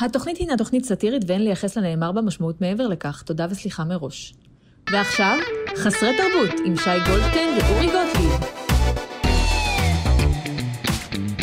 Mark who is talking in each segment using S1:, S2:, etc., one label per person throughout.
S1: התוכנית הינה תוכנית סאטירית ואין לייחס לנאמר בה משמעות מעבר לכך. תודה וסליחה מראש. ועכשיו, חסרי תרבות עם שי גולדשטיין ואורי גוטליב.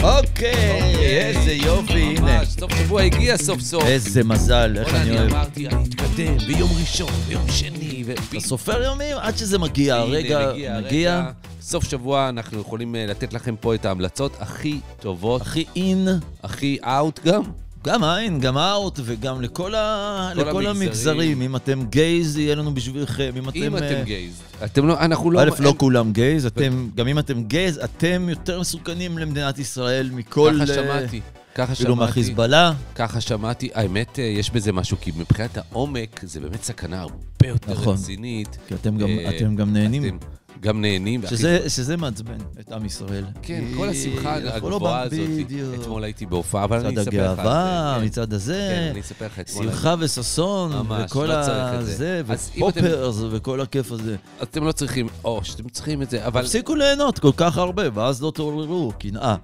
S2: אוקיי, איזה יופי, הנה.
S3: ממש, סוף שבוע הגיע סוף סוף.
S2: איזה מזל, איך
S3: וואלה,
S2: אני
S3: אני
S2: אוהב.
S3: אמרתי, אני אתקדם ביום ראשון, ביום שני,
S2: אתה
S3: ופתאום.
S2: סופר יומים עד שזה מגיע,
S3: הנה,
S2: הרגע מגיע.
S3: הרגע. סוף שבוע אנחנו יכולים אה, לתת לכם פה את ההמלצות הכי טובות,
S2: הכי אין,
S3: הכי אאוט גם.
S2: גם העין, גם האוט, וגם לכל ה-
S3: כל
S2: לכל
S3: המגזרים.
S2: המגזרים. אם אתם גייז, יהיה לנו בשבילכם. אם אתם...
S3: אם
S2: אה,
S3: אתם גייז. אתם לא, אנחנו לא...
S2: א', לא
S3: אין-
S2: כולם גייז, אתם, גם אם אתם גייז, אתם יותר מסוכנים למדינת ישראל מכל...
S3: ככה
S2: אה,
S3: שמעתי. ככה
S2: אפילו
S3: שמעתי.
S2: מהחיזבאללה.
S3: ככה שמעתי. האמת, אה, יש בזה משהו, כי מבחינת העומק, זה באמת סכנה הרבה יותר
S2: נכון.
S3: רצינית.
S2: כי אתם גם-
S3: אה,
S2: אתם גם נהנים.
S3: אתם גם נהנים. והכי
S2: שזה, שזה מעצבן את עם ישראל.
S3: כן,
S2: כי
S3: כל השמחה
S2: אנחנו לא
S3: הגבוהה
S2: בנ-
S3: הזאת.
S2: בדיוק.
S3: אתמול הייתי בהופעה, אבל אני
S2: מצד
S3: אספר לך על זה.
S2: הגאווה,
S3: כן.
S2: מצד
S3: כן,
S2: הזה,
S3: אני אספר לך אתמול. על
S2: שמחה וששון,
S3: ממש,
S2: וכל
S3: לא צריך את זה.
S2: הזה,
S3: אז אם אתם-
S2: ופופרס וכל הכיף הזה.
S3: זה. אתם לא צריכים עו"ש, אתם צריכים את זה, אבל...
S2: תפסיקו ליהנות כל כך הרבה, ואז לא תעוררו, קנאה.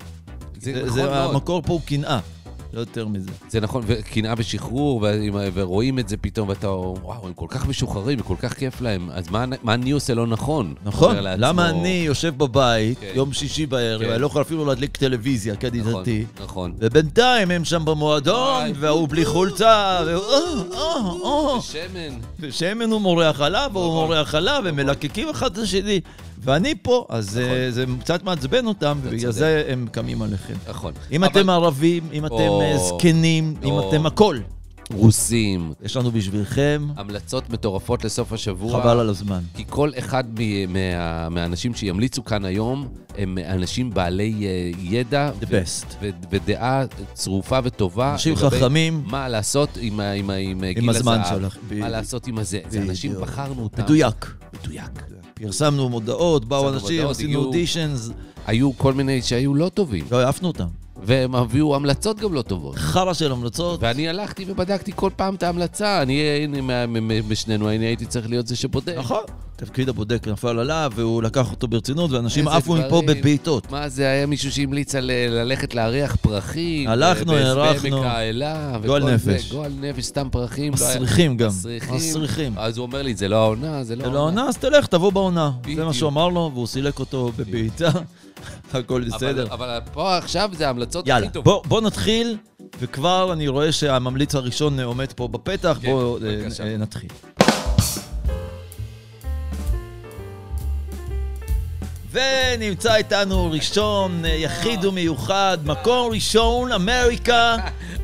S3: זה
S2: זה-
S3: נכון
S2: זה-
S3: מאוד.
S2: המקור פה הוא קנאה, לא יותר מזה.
S3: זה נכון, וקנאה ושחרור, ו- ורואים את זה פתאום, ואתה, וואו, הם כל כך משוחררים, וכל כך כיף להם, אז מה, מה אני עושה לא נכון?
S2: נכון,
S3: אומר לעצמו,
S2: למה אני יושב בבית,
S3: כן.
S2: יום שישי בערב,
S3: כן.
S2: אני לא יכול אפילו להדליק טלוויזיה,
S3: נכון,
S2: כדידתי.
S3: נכון.
S2: ובינתיים הם שם במועדון,
S3: וואי.
S2: וההוא בלי חולצה, והוא... אה, אה, אה.
S3: שמן.
S2: ושמן הוא מורח עליו, והוא
S3: נכון. נכון.
S2: מורח עליו, הם מלקקים אחד את השני, ואני פה, אז אה, זה קצת מעצבן אותם, ובגלל
S3: צודק.
S2: זה הם קמים עליכם.
S3: נכון.
S2: אם
S3: אבל
S2: אתם ערבים, אם אתם
S3: או.
S2: אה, זקנים, אם
S3: או.
S2: אתם הכל,
S3: רוסים,
S2: יש לנו בשבילכם,
S3: המלצות מטורפות לסוף השבוע.
S2: חבל על הזמן.
S3: כי כל אחד מ- מה- מהאנשים שימליצו כאן היום הם אנשים בעלי אה, ידע
S2: The best.
S3: ו- ודעה צרופה וטובה.
S2: אנשים
S3: אה, לגבי
S2: חכמים.
S3: מה לעשות עם, ה- עם, ה- עם, עם גיל
S2: הזמן
S3: הזהב.
S2: שלך. ב-
S3: מה לעשות עם הזה. זה אנשים,
S2: בדיוק.
S3: בחרנו אותם.
S2: מדויק.
S3: מדויק.
S2: פרסמנו מודעות, באו
S3: פרסמנו
S2: אנשים,
S3: מודעות,
S2: עשינו
S3: הגיעו.
S2: אודישנס,
S3: היו כל מיני שהיו לא טובים,
S2: לא העפנו אותם.
S3: והם הביאו המלצות גם לא טובות.
S2: חרא של המלצות,
S3: ואני הלכתי ובדקתי כל פעם את ההמלצה. אני, הנה, מה- מ- מ- משנינו, אני הייתי צריך להיות זה שבודק.
S2: נכון. תפקיד הבודק נפל עליו, והוא לקח אותו ברצינות, ואנשים
S3: איזה
S2: עפו מפה
S3: דברים.
S2: בבעיטות.
S3: מה זה, היה מישהו שהמליץ על אה, ללכת להריח פרחים.
S2: הלכנו,
S3: אה, בעמק
S2: הרחנו.
S3: האלה.
S2: גועל
S3: וכל זה,
S2: נפש.
S3: גועל נפש, סתם פרחים. לא היה-
S2: מסריחים גם.
S3: מסריחים.
S2: מסריחים.
S3: אז הוא אומר לי, זה לא העונה, זה
S2: זה
S3: לא
S2: לא העונה, אז תלך, תבוא בעונה. זה
S3: בדיוק.
S2: מה שהוא אמר לו, והוא סילק אותו בבעיטה. הכל בסדר.
S3: אבל- אבל פה עכשיו זה ההמלצות
S2: יאללה,
S3: הכי טובות.
S2: בוא, בוא נתחיל, וכבר אני רואה שהממליץ הראשון עומד פה בפתח,
S3: כן,
S2: בואו אה,
S3: בבקשה.
S2: אה, נתחיל. ונמצא איתנו ראשון, אה, יחיד ומיוחד, מקום ראשון, אמריקה,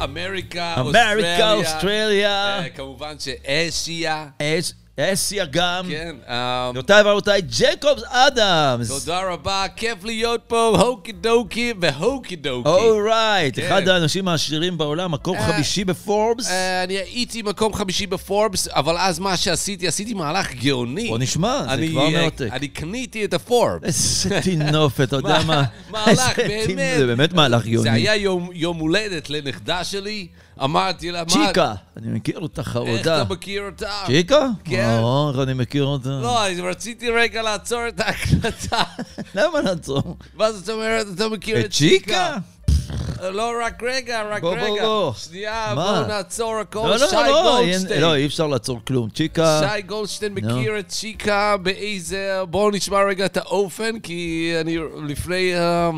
S3: אמריקה,
S2: אמריקה,
S3: אוסטרליה.
S2: אוסטרליה,
S3: אה, כמובן שאשיה.
S2: אס- אסיה גם.
S3: כן. אה,
S2: גבירותיי ורבותיי, ג'קובס אדמס.
S3: תודה רבה, כיף להיות פה, הוקי דוקי והוקי דוקי.
S2: אורייט,
S3: כן.
S2: אוקיי. אחד האנשים העשירים בעולם, מקום
S3: אה,
S2: חמישי בפורבס.
S3: אה, אני הייתי מקום חמישי בפורבס, אבל אז מה שעשיתי, עשיתי מהלך גאוני.
S2: בוא נשמע, זה
S3: אני,
S2: כבר
S3: אה,
S2: מרתק.
S3: אני קניתי את הפורבס.
S2: איזה טינופת, אתה יודע מה?
S3: מהלך,
S2: איזה
S3: באמת.
S2: טינ- זה באמת מהלך גאוני.
S3: זה היה יום, יום הולדת לנכדה שלי, אמרתי לה, מה,
S2: צ'יקה, אני מכיר אותה
S3: איך
S2: חרודה.
S3: אתה מכיר אותה?
S2: צ'יקה?
S3: כן.
S2: או, איך אני מכיר אותה.
S3: לא, אז רציתי רגע לעצור את ההקלטה.
S2: למה לעצור?
S3: מה זאת אומרת, אתה מכיר
S2: את
S3: את צ'יקה?
S2: צ'יקה?
S3: לא, רק רגע, רק
S2: בוא,
S3: רגע.
S2: בוא, בוא.
S3: שנייה,
S2: מה?
S3: בואו נעצור הכל.
S2: לא,
S3: שי
S2: לא, לא,
S3: גולדשטיין.
S2: אין- לא, אי אפשר לעצור כלום. צ'יקה,
S3: שי גולדשטיין
S2: אה, נו.
S3: מכיר את צ'יקה באיזה... בואו נשמע רגע את האופן, כי אני לפני... אה,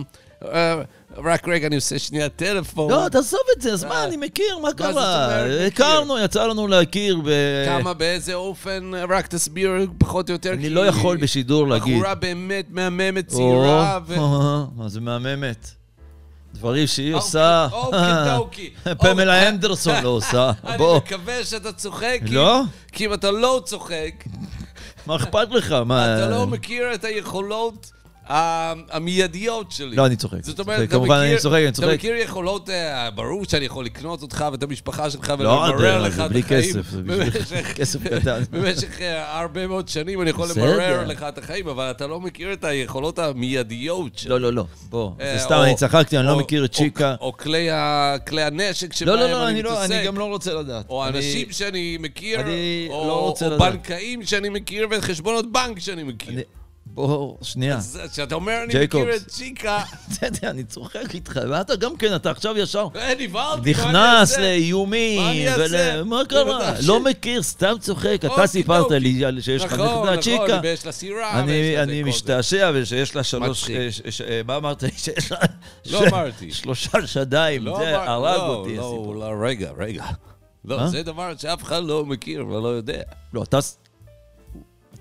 S3: אה, רק רגע, אני עושה שנייה טלפון.
S2: לא, תעזוב את זה, אז
S3: אה,
S2: מה, אני מכיר, מה
S3: זאת
S2: קרה?
S3: אומרת, מכיר?
S2: הכרנו, יצא לנו להכיר, ו-
S3: כמה, באיזה אופן, רק תסביר פחות או יותר.
S2: אני
S3: כי
S2: לא יכול בשידור להגיד.
S3: בחורה באמת מהממת,
S2: או,
S3: צעירה, ו... אוקיי,
S2: אה, אז מהממת. דברים שהיא עושה.
S3: אוקי דוקי.
S2: פמלה
S3: אוקיי.
S2: הנדרסון לא עושה.
S3: אני
S2: בוא,
S3: מקווה שאתה צוחק, כי-
S2: לא?
S3: כי אם אתה לא צוחק,
S2: מה אכפת לך? מה...
S3: אתה לא מכיר את היכולות ה- המיידיות שלי.
S2: לא, אני צוחק.
S3: זאת אומרת, אתה מכיר...
S2: כמובן, אני צוחק, אני צוחק.
S3: אתה מכיר יכולות, אה, ברור שאני יכול לקנות אותך ואת המשפחה שלך
S2: לא,
S3: ולמרר
S2: אדרבה,
S3: לך
S2: זה
S3: את
S2: בלי
S3: החיים.
S2: כסף, זה בשביל
S3: במשך-
S2: כסף קטן.
S3: במשך אה, הרבה מאוד שנים אני יכול
S2: בסדר.
S3: למרר לך את החיים, אבל אתה לא מכיר את היכולות המיידיות שלי.
S2: לא, לא, לא, בוא.
S3: אה,
S2: זה סתם,
S3: או-
S2: אני צחקתי, אני
S3: או-
S2: לא מכיר את
S3: או-
S2: צ'יקה.
S3: או כלי ה- כלי הנשק
S2: לא,
S3: שבהם
S2: לא, לא,
S3: אני
S2: אני לא, אני
S3: מתעסק.
S2: גם לא רוצה לדעת.
S3: או
S2: אני-
S3: אנשים שאני מכיר,
S2: אני
S3: או
S2: לא רוצה
S3: או
S2: לדעת.
S3: בנקאים שאני מכיר, וחשבונות בנק שאני מכיר.
S2: אני- בוא, שנייה.
S3: אז כשאתה אומר, אני
S2: ג'ייקובס.
S3: מכיר את צ'יקה,
S2: אתה יודע, אני צוחק איתך, ואתה גם כן, אתה עכשיו ישר
S3: אה, נבהלתי, מה אני
S2: נכנס
S3: אעשה? מה אני
S2: לאיומים,
S3: אעשה?
S2: ול... מה קרה?
S3: בטח.
S2: לא מכיר, סתם צוחק.
S3: אוקי,
S2: אתה סיפרת
S3: אוקי.
S2: לי על שיש לך
S3: נכון,
S2: נכדה
S3: נכון, אה,
S2: צ'יקה.
S3: ויש לה סירה,
S2: אני-
S3: ויש לה זה,
S2: אני
S3: כל זה.
S2: משתעשע ושיש לה שלוש...
S3: מצחיק.
S2: אה, ש- ש- אה, מה אמרת? שיש לה...
S3: לא
S2: ש-
S3: אמרתי.
S2: שלושה שדיים,
S3: לא
S2: זה
S3: אמר-
S2: הרג
S3: לא,
S2: אותי
S3: לא,
S2: הסיפור.
S3: לא, רגע, רגע. לא,
S2: אה?
S3: זה דבר שאף אחד לא מכיר ולא יודע.
S2: לא, אתה... ס-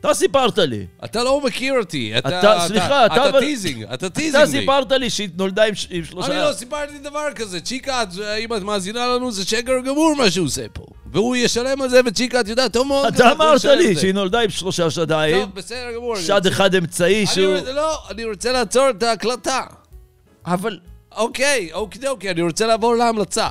S2: אתה סיפרת לי.
S3: אתה לא מכיר אותי. אתה,
S2: אתה- סליחה, אתה
S3: אתה
S2: אבל-
S3: טיזינג, אתה טיזינג
S2: אתה
S3: לי.
S2: סיפרת לי שהיא נולדה עם ש- עם שלושה...
S3: אני לא סיפרתי דבר כזה. צ'יקה, את- אם את מאזינה לנו, זה שקר גמור מה שהוא עושה פה. והוא ישלם על זה, וצ'יקה, את יודעת, טוב מאוד.
S2: אתה
S3: אנחנו
S2: אמרת
S3: נשלם
S2: לי
S3: את זה.
S2: שהיא נולדה עם שלושה שדיים,
S3: טוב, בסדר גמור. אני
S2: שד
S3: רוצה-
S2: אחד אמצעי
S3: אני
S2: שהוא...
S3: רוצה- לא, אני רוצה לעצור את ההקלטה.
S2: אבל...
S3: אוקיי, אוקיי, אוקיי, אני רוצה לעבור להמלצה.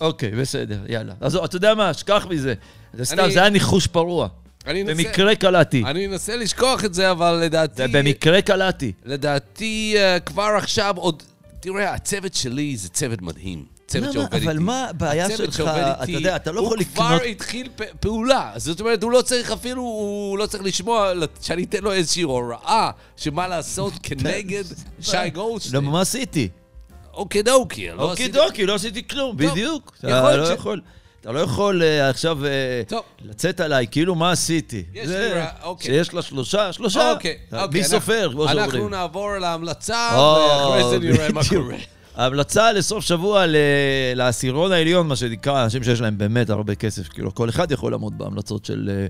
S2: אוקיי, בסדר, יאללה. אז אתה יודע מה, שכח מזה. זה סתם,
S3: אני-
S2: זה היה ניחוש פרוע.
S3: אני אנסה-
S2: במקרה קלעתי.
S3: אני אנסה לשכוח את זה, אבל לדעתי...
S2: זה במקרה קלעתי.
S3: לדעתי, אה, כבר עכשיו עוד... תראה, הצוות שלי זה צוות מדהים. צוות
S2: למה?
S3: שעובד איתי.
S2: אבל מה הבעיה
S3: הצוות
S2: שלך?
S3: שעובד
S2: אתה
S3: איתי,
S2: יודע, אתה לא יכול
S3: הוא
S2: לקנות-
S3: כבר התחיל פ- פעולה. זאת אומרת, הוא לא צריך אפילו, הוא לא צריך לשמוע לת- שאני אתן לו איזושהי הוראה שמה לעשות כנגד שי גולדשטיין.
S2: למה, אוקיי. לא, מה עשיתי?
S3: אוקי דוקי. לא
S2: אוקי
S3: עשיתי-
S2: דוקי, לא עשיתי כלום,
S3: טוב,
S2: בדיוק.
S3: יכול
S2: אתה לא
S3: ש-
S2: יכול. אתה לא יכול אה, עכשיו אה,
S3: טוב.
S2: לצאת עליי, כאילו מה עשיתי.
S3: יש
S2: זה-
S3: לי רע- אוקיי.
S2: שיש לה שלושה, שלושה.
S3: אוקיי, אוקיי.
S2: אה, מי סופר, כמו
S3: אנחנו-
S2: שאומרים.
S3: אנחנו נעבור להמלצה,
S2: או,
S3: ואחרי זה נראה מה
S2: בדיוק.
S3: קורה.
S2: המלצה לסוף שבוע ל- לעשירון העליון, מה שנקרא, אנשים שיש להם באמת הרבה כסף, כאילו, כל אחד יכול לעמוד בהמלצות של אה,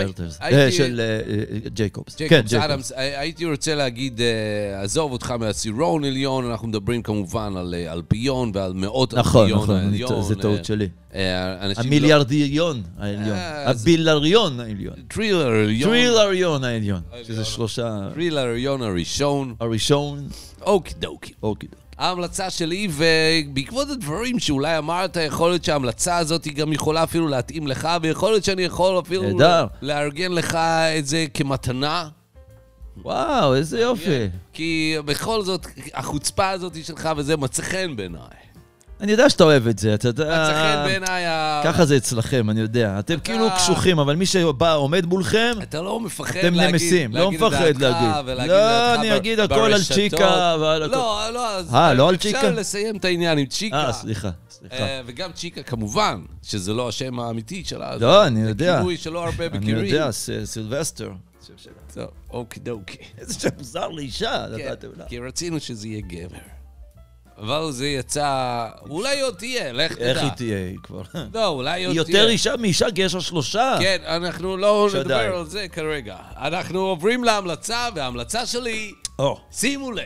S3: הי-
S2: ורטרס, אה,
S3: הייתי-
S2: של אה, אה, ג'ייקובס. כן,
S3: ג'ייקובס
S2: ג'ייקובס.
S3: אדמס, הי- הייתי רוצה להגיד, אה, עזוב אותך מעשירון עליון, אנחנו מדברים כמובן על אה, אלפיון ועל מאות
S2: נכון,
S3: אלפיון
S2: נכון, אני-
S3: העליון,
S2: זה
S3: אה,
S2: טעות שלי.
S3: אה, אנשים
S2: המיליארדיון העליון,
S3: אה, אז-
S2: הבילריון העליון,
S3: לא- טרילר עליון.
S2: טרילריון העליון,
S3: אה,
S2: שזה שלושה,
S3: טרילר עליון הראשון,
S2: הראשון,
S3: אוקי דוקי.
S2: אוקיי.
S3: ההמלצה שלי, ובעקבות הדברים שאולי אמרת, יכול להיות שההמלצה הזאת היא גם יכולה אפילו להתאים לך, ויכול להיות שאני יכול אפילו
S2: נהדר.
S3: לארגן לך את זה כמתנה.
S2: וואו, איזה יופי.
S3: כי בכל זאת, החוצפה הזאת שלך וזה מצא חן בעיניי.
S2: אני יודע שאתה אוהב את זה, אתה יודע...
S3: מצא חן בעיניי ה...
S2: אה, ככה זה אצלכם, אני יודע. אתם כאילו קשוחים, אבל מי שבא, עומד מולכם,
S3: אתה לא מפחד
S2: אתם
S3: להגיד...
S2: נמסים, לא
S3: להגיד את
S2: מפחד
S3: דעתך
S2: להגיד.
S3: ולהגיד
S2: לא,
S3: דעתך
S2: אני
S3: בר-
S2: אגיד הכל על
S3: ברשתות.
S2: צ'יקה ועל הכל.
S3: לא, לא, אז...
S2: אה, לא על צ'יקה?
S3: אפשר לסיים את העניין עם צ'יקה.
S2: אה, סליחה, סליחה.
S3: אה, וגם צ'יקה כמובן, שזה לא השם האמיתי שלה.
S2: לא,
S3: זה-
S2: אני
S3: זה
S2: יודע.
S3: כיווי שלא הרבה
S2: אני
S3: מכירים.
S2: יודע, ס- סילבסטר.
S3: טוב, אוקי דוקי.
S2: איזה שם מוזר לאישה,
S3: כן,
S2: נתתם לה.
S3: כי רצינו שזה יהיה גבר. אבל זה יצא... אולי עוד תהיה, לך תדע.
S2: איך היא תהיה היא כבר?
S3: לא, אולי
S2: היא
S3: עוד
S2: יותר
S3: תהיה.
S2: אישה מאישה, כי יש לה שלושה.
S3: כן, אנחנו לא
S2: שעדיין.
S3: נדבר על זה כרגע. אנחנו עוברים להמלצה, וההמלצה שלי,
S2: או,
S3: שימו לב,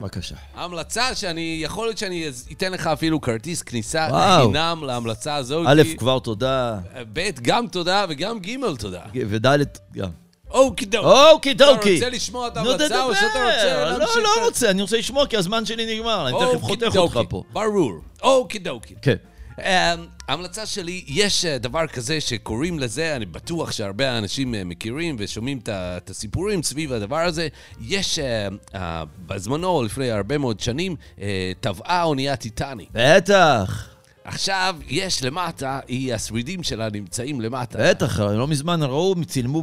S2: בבקשה.
S3: ההמלצה שאני, יכול להיות שאני אז- אתן לך אפילו כרטיס כניסה
S2: וואו.
S3: חינם להמלצה הזאת.
S2: א',
S3: כי-
S2: כבר תודה,
S3: ב', גם תודה וגם ג' תודה. אוקיי,
S2: וד' גם.
S3: אוקי דוקי.
S2: אוקי דוקי.
S3: רוצה לשמוע את
S2: נו,
S3: ההמלצה,
S2: תדבר.
S3: או שאתה רוצה להמשיך
S2: לא, לא
S3: את- אוקיי,
S2: רוצה, אני רוצה לשמוע, כי הזמן שלי נגמר. אני תכף חותך אותך פה.
S3: ברור. אוקי דוקי.
S2: כן.
S3: אה, ההמלצה שלי, יש אה, דבר כזה שקוראים לזה, אני בטוח שהרבה אנשים אה, מכירים ושומעים את ה- את הסיפורים סביב הדבר הזה. יש, אה, אה, בזמנו, לפני הרבה מאוד שנים, אה, טבעה אונייה טיטניק.
S2: בטח.
S3: עכשיו, יש למטה, היא, השרידים שלה נמצאים למטה.
S2: בטח, לא מזמן ראו, צילמו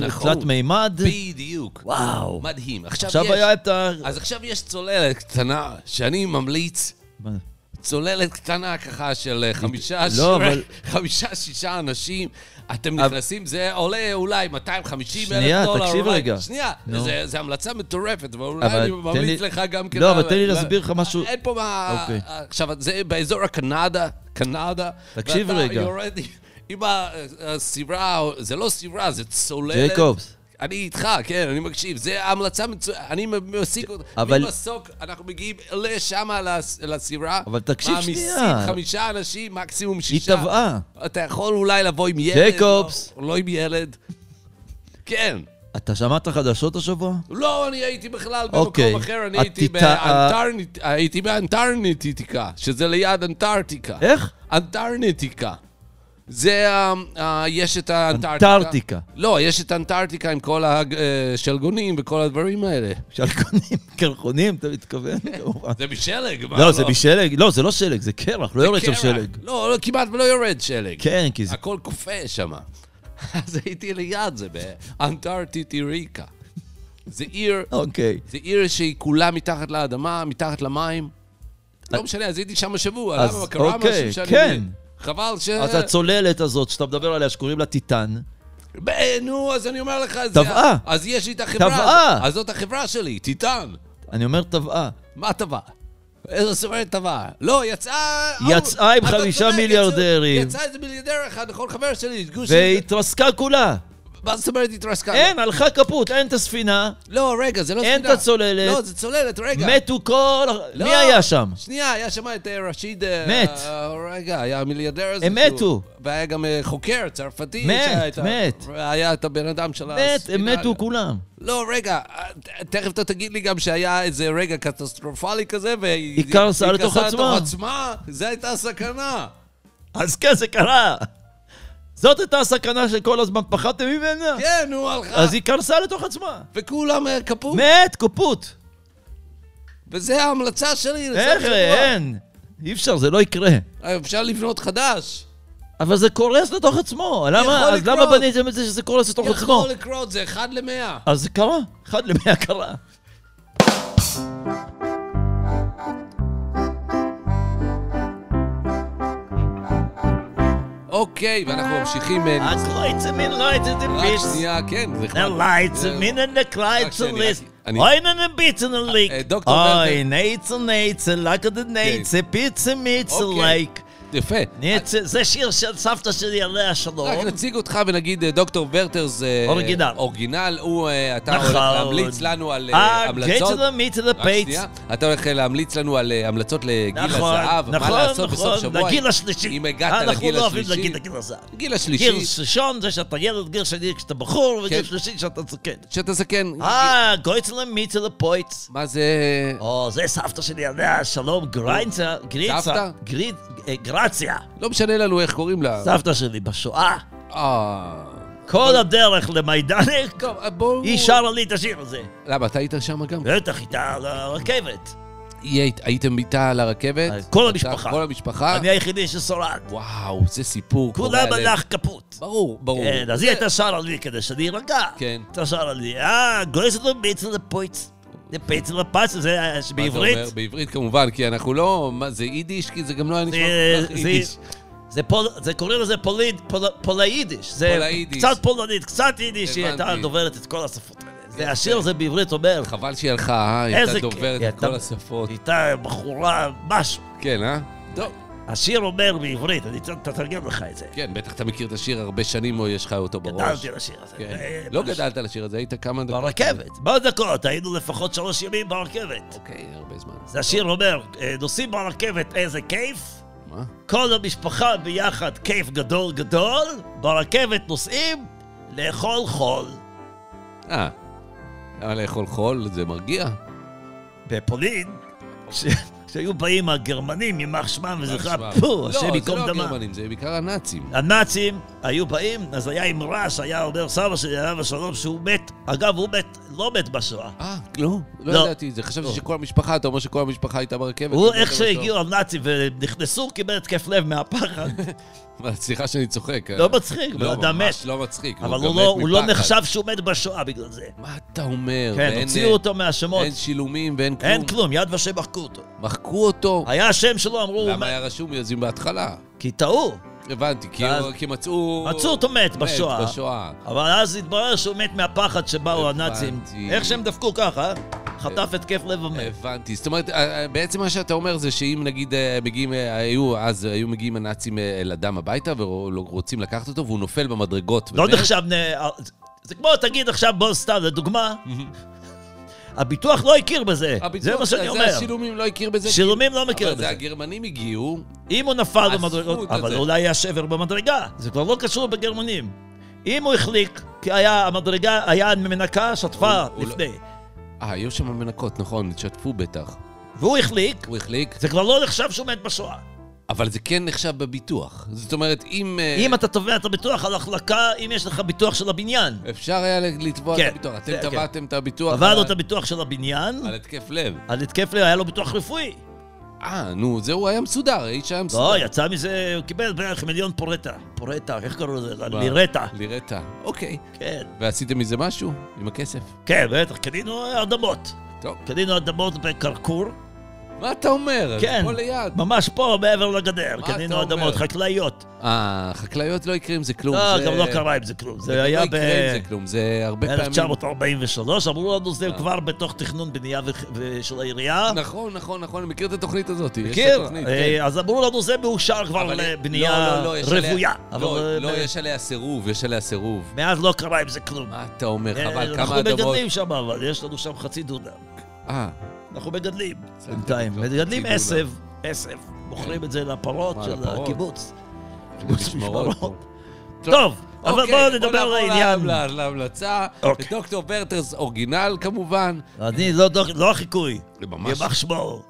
S3: נכון.
S2: בתלת מימד.
S3: בדיוק.
S2: וואו.
S3: מדהים. עכשיו,
S2: עכשיו
S3: יש,
S2: היה את ה...
S3: אז עכשיו יש צוללת קטנה, שאני ממליץ
S2: מה?
S3: צוללת קטנה ככה של אה, חמישה,
S2: לא,
S3: ש...
S2: אבל-
S3: חמישה, שישה אנשים, אתם
S2: אבל-
S3: נכנסים, זה עולה אולי 250
S2: שנייה,
S3: אלף דולר.
S2: תקשיב
S3: אולי-
S2: רגע.
S3: שנייה,
S2: נו.
S3: זה, זה המלצה מטורפת, ואולי
S2: אבל
S3: אני
S2: תן
S3: ממליץ
S2: לי-
S3: לך גם
S2: לא, אבל
S3: ל-
S2: תן לי
S3: ל-
S2: להסביר לך משהו.
S3: אין פה מה...
S2: אוקיי.
S3: עכשיו, זה באזור הקנדה, קנדה.
S2: תקשיב
S3: ואתה
S2: רגע.
S3: יורד עם ה- הסירה, או- זה לא סירה, זה צוללת.
S2: ג'ייקובס.
S3: אני איתך, כן, אני מקשיב. זה המלצה מצוינת, אני מסיק אותך.
S2: כן, אבל-
S3: ממסוק, אנחנו מגיעים לשם, לס- לסירה.
S2: אבל תקשיב
S3: מעמיסים
S2: שנייה.
S3: חמישה אנשים, מקסימום
S2: היא
S3: שישה.
S2: טבעה.
S3: אתה יכול אולי לבוא עם ילד.
S2: ג'ייקובס.
S3: לא, לא עם ילד. כן.
S2: אתה שמעת חדשות השבוע?
S3: לא, אני הייתי בכלל
S2: אוקיי.
S3: במקום אחר, אני הייתי
S2: הטיטה-
S3: באנטרנט- הייתי באנטרנטיקה, שזה ליד אנטארקטיקה.
S2: איך?
S3: אנטרנטיקה. זה, אה, אה, יש את האנטארקטיקה.
S2: אנטארקטיקה.
S3: לא, יש את האנטארקטיקה עם כל השלגונים וכל הדברים האלה.
S2: שלגונים, קרחונים, אתה מתכוון? כמובן.
S3: זה משלג, מה?
S2: לא, זה בשלג, לא, זה לא שלג, זה קרח, לא יורד שם
S3: קרח. אה,
S2: שלג.
S3: לא, לא, כמעט ולא יורד שלג.
S2: כן, כי זה...
S3: הכל קופא שם. אז הייתי ליד זה, באנטארקטיקה. זה עיר,
S2: אוקיי.
S3: זה עיר שהיא כולה מתחת לאדמה, מתחת למים. לא משנה, אז הייתי שם השבוע,
S2: אז
S3: למה? קרה
S2: אוקיי,
S3: משהו שאני...
S2: כן.
S3: חבל ש...
S2: אז הצוללת הזאת שאתה מדבר עליה, שקוראים לה טיטן,
S3: ב- נו, אז אני אומר לך... זה-
S2: טבעה.
S3: אז יש לי את החברה.
S2: טבעה.
S3: אז זאת החברה שלי, טיטן.
S2: אני אומר טבעה.
S3: מה טבע? איזו סופרת טבע? לא, יצאה...
S2: יצאה עם
S3: אתה
S2: חמישה
S3: צודק, יצא-
S2: מיליארדרים.
S3: יצא איזה מיליארדר אחד לכל חבר שלי, גושי.
S2: והתרסקה כולה.
S3: מה זאת אומרת התרסקה?
S2: אין, הלכה כפות, אין את הספינה,
S3: לא, רגע, זה לא
S2: אין
S3: ספינה.
S2: את הצוללת.
S3: לא, זה צוללת, רגע.
S2: מתו כל...
S3: לא.
S2: מי היה שם?
S3: שנייה, היה שם את אה, רשיד... אה,
S2: מת.
S3: אה, רגע, היה המיליארדר הזה.
S2: הם
S3: שהוא-
S2: מתו.
S3: והיה גם אה, חוקר צרפתי.
S2: מת,
S3: שהיה את ה-
S2: מת.
S3: היה את הבן אדם של
S2: מת, הם מתו כולם.
S3: אה, לא, רגע, אה, ת- תכף אתה תגיד לי גם שהיה איזה רגע קטסטרופלי כזה, והיא...
S2: היא קרסה
S3: היא
S2: לתוך עצמה.
S3: לתוך עצמה, זו הייתה הסכנה.
S2: אז כן, זה קרה. זאת הייתה הסכנה שכל הזמן פחדתם ממנה.
S3: כן, נו, הלכה.
S2: אז היא קרסה לתוך עצמה.
S3: וכולם אה, קפאו.
S2: מת, כפות.
S3: וזה ההמלצה שלי. לסוף
S2: איך, אה,
S3: שבוע.
S2: אין. אי אפשר, זה לא יקרה.
S3: אה, אפשר לבנות חדש. אבל
S2: אבל זה קורס לתוך עצמו. למה,
S3: יכול
S2: אז למה
S3: לקרות.
S2: בניתם את זה שזה קורס לתוך עצמו?
S3: יכול לקרות, זה אחד למאה.
S2: אז זה קרה. אחד למאה קרה.
S3: אוקיי, ואנחנו ממשיכים... אה,
S2: אז lights a min lights a the
S3: רק
S2: beast.
S3: שנייה, כן, זה
S2: The lights a min and the lights a
S3: שנייה,
S2: list.
S3: אני-
S2: אוי ננה ביץ נא ליק.
S3: אה, דוקטור
S2: אוי
S3: ברטל.
S2: נייצה נייצה לקה דה נייצה פיצה מיצה
S3: אוקיי.
S2: לייק.
S3: יפה.
S2: נייצה, זה שיר של סבתא שלי עליה
S3: רק
S2: שלום.
S3: נציג אותך ונגיד אה, דוקטור ורטרס... אה,
S2: אורגינל.
S3: אורגינל, הוא... אה, אתה
S2: נכון.
S3: הולך להמליץ לנו על אה,
S2: גייטה
S3: המלצות.
S2: דה מיטה דה
S3: רק
S2: פייץ.
S3: שנייה, אתה הולך אה, להמליץ לנו על אה, המלצות לגיל
S2: נכון,
S3: הזהב, מה
S2: נכון,
S3: לעשות בסוף
S2: נכון,
S3: שבוע.
S2: לגיל השלישי.
S3: אם הגעת
S2: אנחנו
S3: לגיל
S2: לא אוהבים
S3: השלישי.
S2: להגיד לגיל הזהב.
S3: גיל
S2: גיל
S3: השלישי,
S2: ראשון זה שאתה ילד, גיל שני כשאתה בחור, וגיל
S3: כן.
S2: שלישי כשאתה זקן.
S3: שאתה זקן.
S2: אה, גויצלה מיטה דה פויץ.
S3: מה זה...
S2: או, זה סבתא שלי, עליה שלום, גריינצה, גריצה,
S3: סבתא?
S2: גריד- אה, גרציה.
S3: לא משנה לנו איך קוראים לה.
S2: סבתא שלי בשואה,
S3: אה...
S2: כל הדרך למיידנק,
S3: טוב, אה, בואו...
S2: היא שרה לי את השיר הזה.
S3: למה, אתה היית שם גם?
S2: בטח, איתה על הרכבת.
S3: היא היית- הייתם איתה על הרכבת?
S2: אה, כל
S3: אתה-
S2: המשפחה.
S3: כל המשפחה?
S2: אני היחידי ששורד.
S3: וואו, זה סיפור. קורע
S2: כולם
S3: לב.
S2: הלך כפות.
S3: ברור, ברור.
S2: כן, אז היא הייתה שרה לי כדי שאני ארגע.
S3: כן.
S2: הייתה שרה לי, אה, גויסת לביצה לפויץ. לפייצה לפץ, זה אה,
S3: מה זה
S2: בעברית.
S3: אומר? בעברית כמובן, כי אנחנו לא... מה, זה יידיש? כי זה גם לא היה נשמע
S2: זה-
S3: כל כך
S2: זה-
S3: יידיש.
S2: זה פול- זה קוראים לזה פוליד- פול- פולאידיש. זה
S3: פולאידיש.
S2: קצת פולנית, קצת יידיש, היא
S3: הבנתי.
S2: הייתה דוברת את כל השפות האלה. זה השיר הזה בעברית אומר,
S3: חבל שהיא הלכה, אה? היא
S2: איזה
S3: הייתה
S2: כיף.
S3: דוברת
S2: היא
S3: את כל
S2: הייתה-
S3: השפות.
S2: הייתה בחורה, משהו.
S3: כן, אה? טוב.
S2: השיר אומר בעברית, אני צריך לתרגם לך את זה.
S3: כן, בטח אתה מכיר את השיר הרבה שנים, או יש לך אותו בראש.
S2: גדלתי על אה, השיר הזה.
S3: כן.
S2: ו-
S3: לא גדלת על השיר הזה, היית כמה דקות.
S2: ברכבת, מאוד דקות, היינו לפחות שלוש ימים ברכבת.
S3: אוקיי, הרבה זמן.
S2: זה השיר אומר, אה, נוסעים ברכבת איזה כיף,
S3: מה?
S2: כל המשפחה ביחד, כיף גדול גדול, ברכבת נוסעים לאכול חול.
S3: אה. למה לאכול חול? זה מרגיע.
S2: בפולין, כש- כשהיו באים הגרמנים, יימח שמם וזכרם,
S3: אה, שמע.
S2: פו, השם
S3: לא,
S2: ייקום
S3: זה לא
S2: דמם.
S3: הגרמנים, זה בעיקר הנאצים.
S2: הנאצים היו באים, אז היה אמרה שהיה אומר סבא שלי, עליו השלום, שהוא מת. אגב, הוא מת, לא מת בשואה.
S3: אה, לא, לא
S2: לא.
S3: ידעתי את זה. חשבתי
S2: לא.
S3: שכל המשפחה, אתה אומר שכל המשפחה הייתה ברכבת.
S2: הוא,
S3: לא
S2: איך
S3: יודע מה
S2: שהגיעו הנאצים ונכנסו, הוא קיבל התקף לב מהפחד.
S3: טוב. אבל סליחה שאני צוחק.
S2: לא מצחיק, בן
S3: כן. לא,
S2: אדם
S3: ממש
S2: מת.
S3: לא מצחיק.
S2: אבל
S3: גם
S2: הוא
S3: מת
S2: לא- הוא לא
S3: מפחד.
S2: נחשב שהוא מת בשואה בגלל זה.
S3: מה אתה אומר?
S2: כן,
S3: ואין- אה,
S2: הוציאו אותו מהשמות.
S3: אין שילומים ואין כלום.
S2: אין כלום, יד ושם מחקו אותו.
S3: מחקו אותו.
S2: היה השם שלו, אמרו, הוא
S3: למה
S2: מת,
S3: היה רשום יזים בהתחלה?
S2: כי טעו.
S3: הבנתי, כי
S2: ואז-
S3: הוא- כי מצאו...
S2: מצאו אותו מת בשואה. כן.
S3: בשואה.
S2: אבל אז התברר שהוא מת מהפחד שבאו
S3: הבנתי. אה,
S2: הנאצים. איך שהם דפקו ככה, אה? חטף התקף לב ומת.
S3: הבנתי. זאת אומרת, אה, אה, בעצם מה שאתה אומר זה שאם נגיד אה, מגיעים, אה, היו אז, אה, היו מגיעים הנאצים אה, אל אדם הביתה ורוצים לקחת אותו והוא נופל במדרגות.
S2: לא
S3: ומת,
S2: נחשב... נ- זה כמו, תגיד עכשיו, בוא סתם, לדוגמה, הביטוח לא הכיר בזה,
S3: הביטוח-
S2: זה מה שאני
S3: זה
S2: אומר.
S3: השילומים לא הכיר בזה.
S2: שילומים לא מכיר
S3: אבל זה
S2: בזה.
S3: הגרמנים הגיעו,
S2: אם הוא נפל
S3: הזכות
S2: במדרגות,
S3: הזה.
S2: אבל אולי היה שבר במדרגה, זה כבר לא קשור בגרמנים. אם הוא החליק, כי היה המדרגה, היה מנקה, שטפה
S3: הוא- הוא לא-
S2: לפני,
S3: אה, היו שם מנקות, נכון, התשתפו בטח.
S2: והוא החליק,
S3: הוא החליק,
S2: זה כבר לא נחשב שהוא מת בשואה.
S3: אבל זה כן נחשב בביטוח. זאת אומרת, אם... אה,
S2: אם אתה תובע את הביטוח על החלקה, אם יש לך ביטוח של הבניין.
S3: אפשר היה לתבוע את
S2: כן,
S3: הביטוח. אתם
S2: זה- כן.
S3: תבעתם את הביטוח.
S2: עבדנו
S3: על-
S2: את הביטוח של הבניין,
S3: על התקף לב.
S2: על התקף לב, היה לו ביטוח רפואי.
S3: אה, נו, זה הוא היה מסודר, האיש היה מסודר.
S2: לא, יצא מזה, הוא קיבל בערך מיליון פורטה. פורטה, איך קראו לזה? לירטה.
S3: לירטה, אוקיי.
S2: כן.
S3: ועשיתם מזה משהו? עם הכסף?
S2: כן, בטח, קנינו אדמות.
S3: טוב.
S2: קנינו אדמות בכרכור.
S3: מה אתה אומר?
S2: כן,
S3: פה ליד.
S2: ממש פה, מעבר לגדר.
S3: מה
S2: קנינו
S3: אתה אומר?
S2: אדמות חקלאיות.
S3: אה, החקלאיות לא יקרים זה כלום.
S2: לא,
S3: זה-
S2: גם לא קרה עם זה כלום.
S3: גם
S2: זה היה
S3: לא יקרה עם זה כלום, זה הרבה פעמים...
S2: ב-1943, אמרו לנו זה
S3: אה.
S2: כבר בתוך תכנון בנייה ו- ו- של העירייה.
S3: נכון, נכון, נכון, אני מכיר את התוכנית הזאת. יש את
S2: מכיר?
S3: התוכנית,
S2: אה,
S3: כן.
S2: אז אמרו לנו זה מאושר כבר
S3: אבל-
S2: לבנייה
S3: לא, לא, לא, יש עליה-
S2: רוויה.
S3: לא,
S2: אבל, אה,
S3: לא, יש עליה סירוב, יש עליה סירוב.
S2: מאז לא קרה עם זה כלום.
S3: מה אתה אומר? חבל, כמה
S2: אה, אנחנו
S3: אדמות...
S2: מגדלים שם, אבל יש לנו שם חצי דונם.
S3: אה,
S2: אנחנו מגדלים
S3: צריך
S2: בינתיים.
S3: לבדוק
S2: מגדלים
S3: חצי דונם.
S2: עשב, עשב. מוכרים את זה לפרות
S3: מה,
S2: של
S3: לפרות?
S2: הקיבוץ.
S3: קיבוץ משמרות.
S2: טוב, אבל
S3: אוקיי,
S2: בואו נדבר
S3: נעבור
S2: לעניין.
S3: לה- להמלצה.
S2: אוקיי.
S3: דוקטור ברטרס אורגינל כמובן.
S2: אני לא דוק- לא החיקוי,
S3: ממש.
S2: ימח שמו.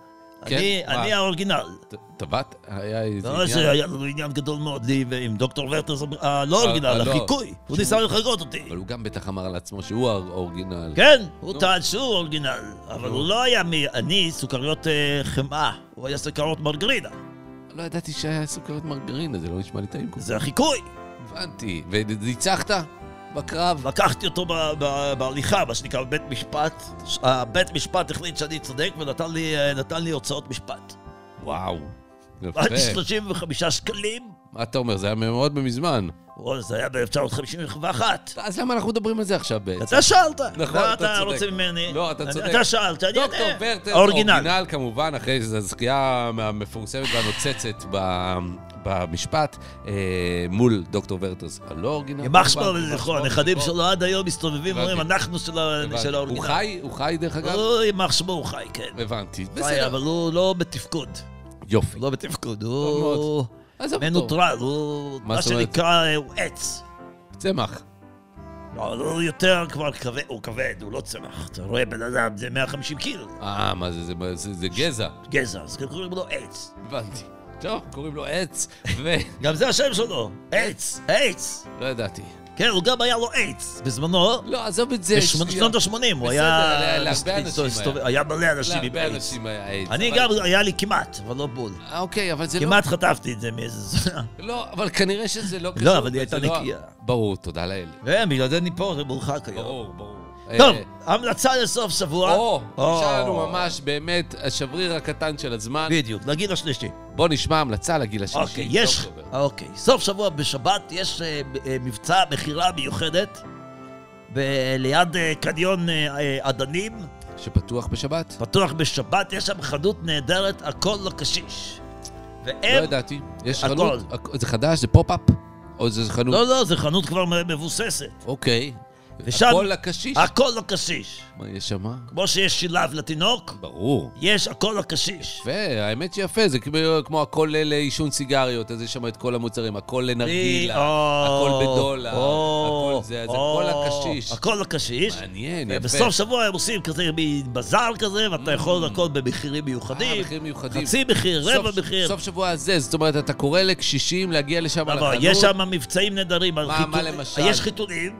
S3: כן,
S2: אני
S3: מה?
S2: אני האורגינל.
S3: ט- טבעת? היה איזה
S2: לא
S3: עניין.
S2: שהיה לנו עניין גדול מאוד לי ועם דוקטור ורטרס, הלא
S3: אה,
S2: אורגינל,
S3: לא.
S2: החיקוי. הוא ניסה לחקות אותי.
S3: אבל הוא גם בטח אמר על עצמו שהוא האורגינל.
S2: כן,
S3: נו.
S2: הוא טען שהוא אורגינל, אבל
S3: נו.
S2: הוא לא היה מ... אני סוכריות אה, חמאה, הוא היה סוכריות מרגרינה,
S3: לא ידעתי שהיה סוכרת מרגרינה, זה לא נשמע לי טעים כל כך.
S2: זה החיקוי.
S3: הבנתי. וניצחת? בקרב?
S2: לקחתי אותו ב- ב- בהליכה, מה שנקרא, בבית משפט. ש- הבית משפט החליט שאני צודק ונתן לי, אה, נתן לי הוצאות משפט.
S3: כן. וואו. יפה.
S2: רק 35 שקלים,
S3: מה אתה אומר? זה היה מאוד מזמן.
S2: וואלה, זה היה ב-1951.
S3: אז למה אנחנו מדברים על זה עכשיו בעצם?
S2: אתה שאלת,
S3: נכון,
S2: מה
S3: אתה
S2: אתה
S3: צודק.
S2: רוצה ממני?
S3: לא, אתה
S2: אני-
S3: צודק.
S2: אתה שאלת, אני אה,
S3: דוקטור
S2: יודע.
S3: ורטר,
S2: האורגינל.
S3: אורגינל כמובן, אחרי זו הזכייה המפורסמת והנוצצת ב- במשפט, אה, מול דוקטור ורטרס, הלא אורגינל.
S2: ימח
S3: כמובן,
S2: שמו
S3: ימח
S2: לזכרו,
S3: שמו
S2: הנכדים
S3: לזכרו.
S2: שלו עד היום מסתובבים, אומרים,
S3: נכון, הבנתי.
S2: אנחנו של ה-
S3: הבנתי.
S2: של
S3: הוא
S2: האורגינל.
S3: חי? הוא חי דרך אגב?
S2: הוא, יימח שמו הוא חי, כן.
S3: הבנתי.
S2: חי,
S3: בסדר.
S2: אבל הוא לא בתפקוד.
S3: יופי.
S2: הוא לא בתפקוד,
S3: מאוד.
S2: הוא
S3: עזוב אותו.
S2: מנוטרל, הוא
S3: מה
S2: מה
S3: זאת אומרת?
S2: שנקרא, הוא עץ.
S3: צמח.
S2: לא, אבל הוא יותר כבר כבד, הוא כבד, הוא לא צמח. אתה רואה בן אדם, זה 150 קילו,
S3: אה, מה זה, זה, זה, זה גזע.
S2: גזע, אז כאילו קוראים לו עץ.
S3: הבנתי. טוב, קוראים לו עץ, ולא
S2: גם זה השם שלו, עץ, עץ.
S3: לא ידעתי.
S2: כן, הוא גם היה לו עץ בזמנו.
S3: לא, עזוב את זה.
S2: בשמונה-
S3: שנייה.
S2: שנות ה-80, הוא
S3: בסדר,
S2: היה...
S3: להרבה
S2: הסת-
S3: אנשים היה.
S2: הסתובב- היה מלא אנשים עם
S3: להרבה
S2: עץ.
S3: אנשים היה עץ.
S2: אני
S3: אבל-
S2: גם, היה לי כמעט, אבל לא בול.
S3: אה, אוקיי, אבל זה לא...
S2: כמעט חטפתי את זה מאיזה זונה.
S3: לא, אבל כנראה שזה לא
S2: לא, אבל היא
S3: וזה
S2: הייתה
S3: לא-
S2: נקייה.
S3: ברור, תודה לאל.
S2: כן, בגלל זה אני פה, זה מורחק היום.
S3: ברור, ברור.
S2: טוב,
S3: אה,
S2: המלצה לסוף שבוע.
S3: או, נשאר לנו ממש באמת השבריר הקטן של הזמן.
S2: בדיוק, לגיל השלישי.
S3: בוא נשמע המלצה לגיל השלישי.
S2: אוקיי, יש...
S3: דוקטור ברט.
S2: אוקיי, סוף שבוע בשבת יש אה, ב- אה, מבצע מכירה מיוחדת ב- ליד אה, קניון אה, אה, עדנים,
S3: שפתוח בשבת?
S2: פתוח בשבת, יש שם חנות נהדרת, הכל לקשיש.
S3: לא
S2: והם...
S3: ידעתי. יש
S2: הכל.
S3: חנות? הכ- זה חדש? זה פופ-אפ? או זה חנות?
S2: לא, לא, זו חנות כבר מבוססת.
S3: אוקיי.
S2: ושם-
S3: הכל לקשיש?
S2: הכל לקשיש.
S3: מה יש שם?
S2: כמו שיש שילב לתינוק,
S3: ברור.
S2: יש הכל לא לקשיש.
S3: יפה, האמת שיפה, זה כמו, כמו הכל לעישון סיגריות, אז יש שם את כל המוצרים, הכל לנרגילה,
S2: אה,
S3: הכל
S2: או,
S3: בדולר,
S2: או,
S3: הכל זה, אז
S2: או,
S3: הכל הקשיש.
S2: הכל לקשיש.
S3: מעניין, יפה. Mm.
S2: ובסוף שבוע הם עושים כזה מין בזאר כזה, ואתה יכול הכל במחירים
S3: אה,
S2: מיוחדים.
S3: מחירים מיוחדים.
S2: חצי מחיר,
S3: סוף-
S2: רבע מחיר.
S3: סוף שבוע הזה, זאת אומרת, אתה קורא לקשישים להגיע לשם
S2: אבל
S3: לחנות.
S2: יש שם מבצעים נהדרים. על
S3: מה
S2: חיתול-
S3: למשל?
S2: יש חיתולים,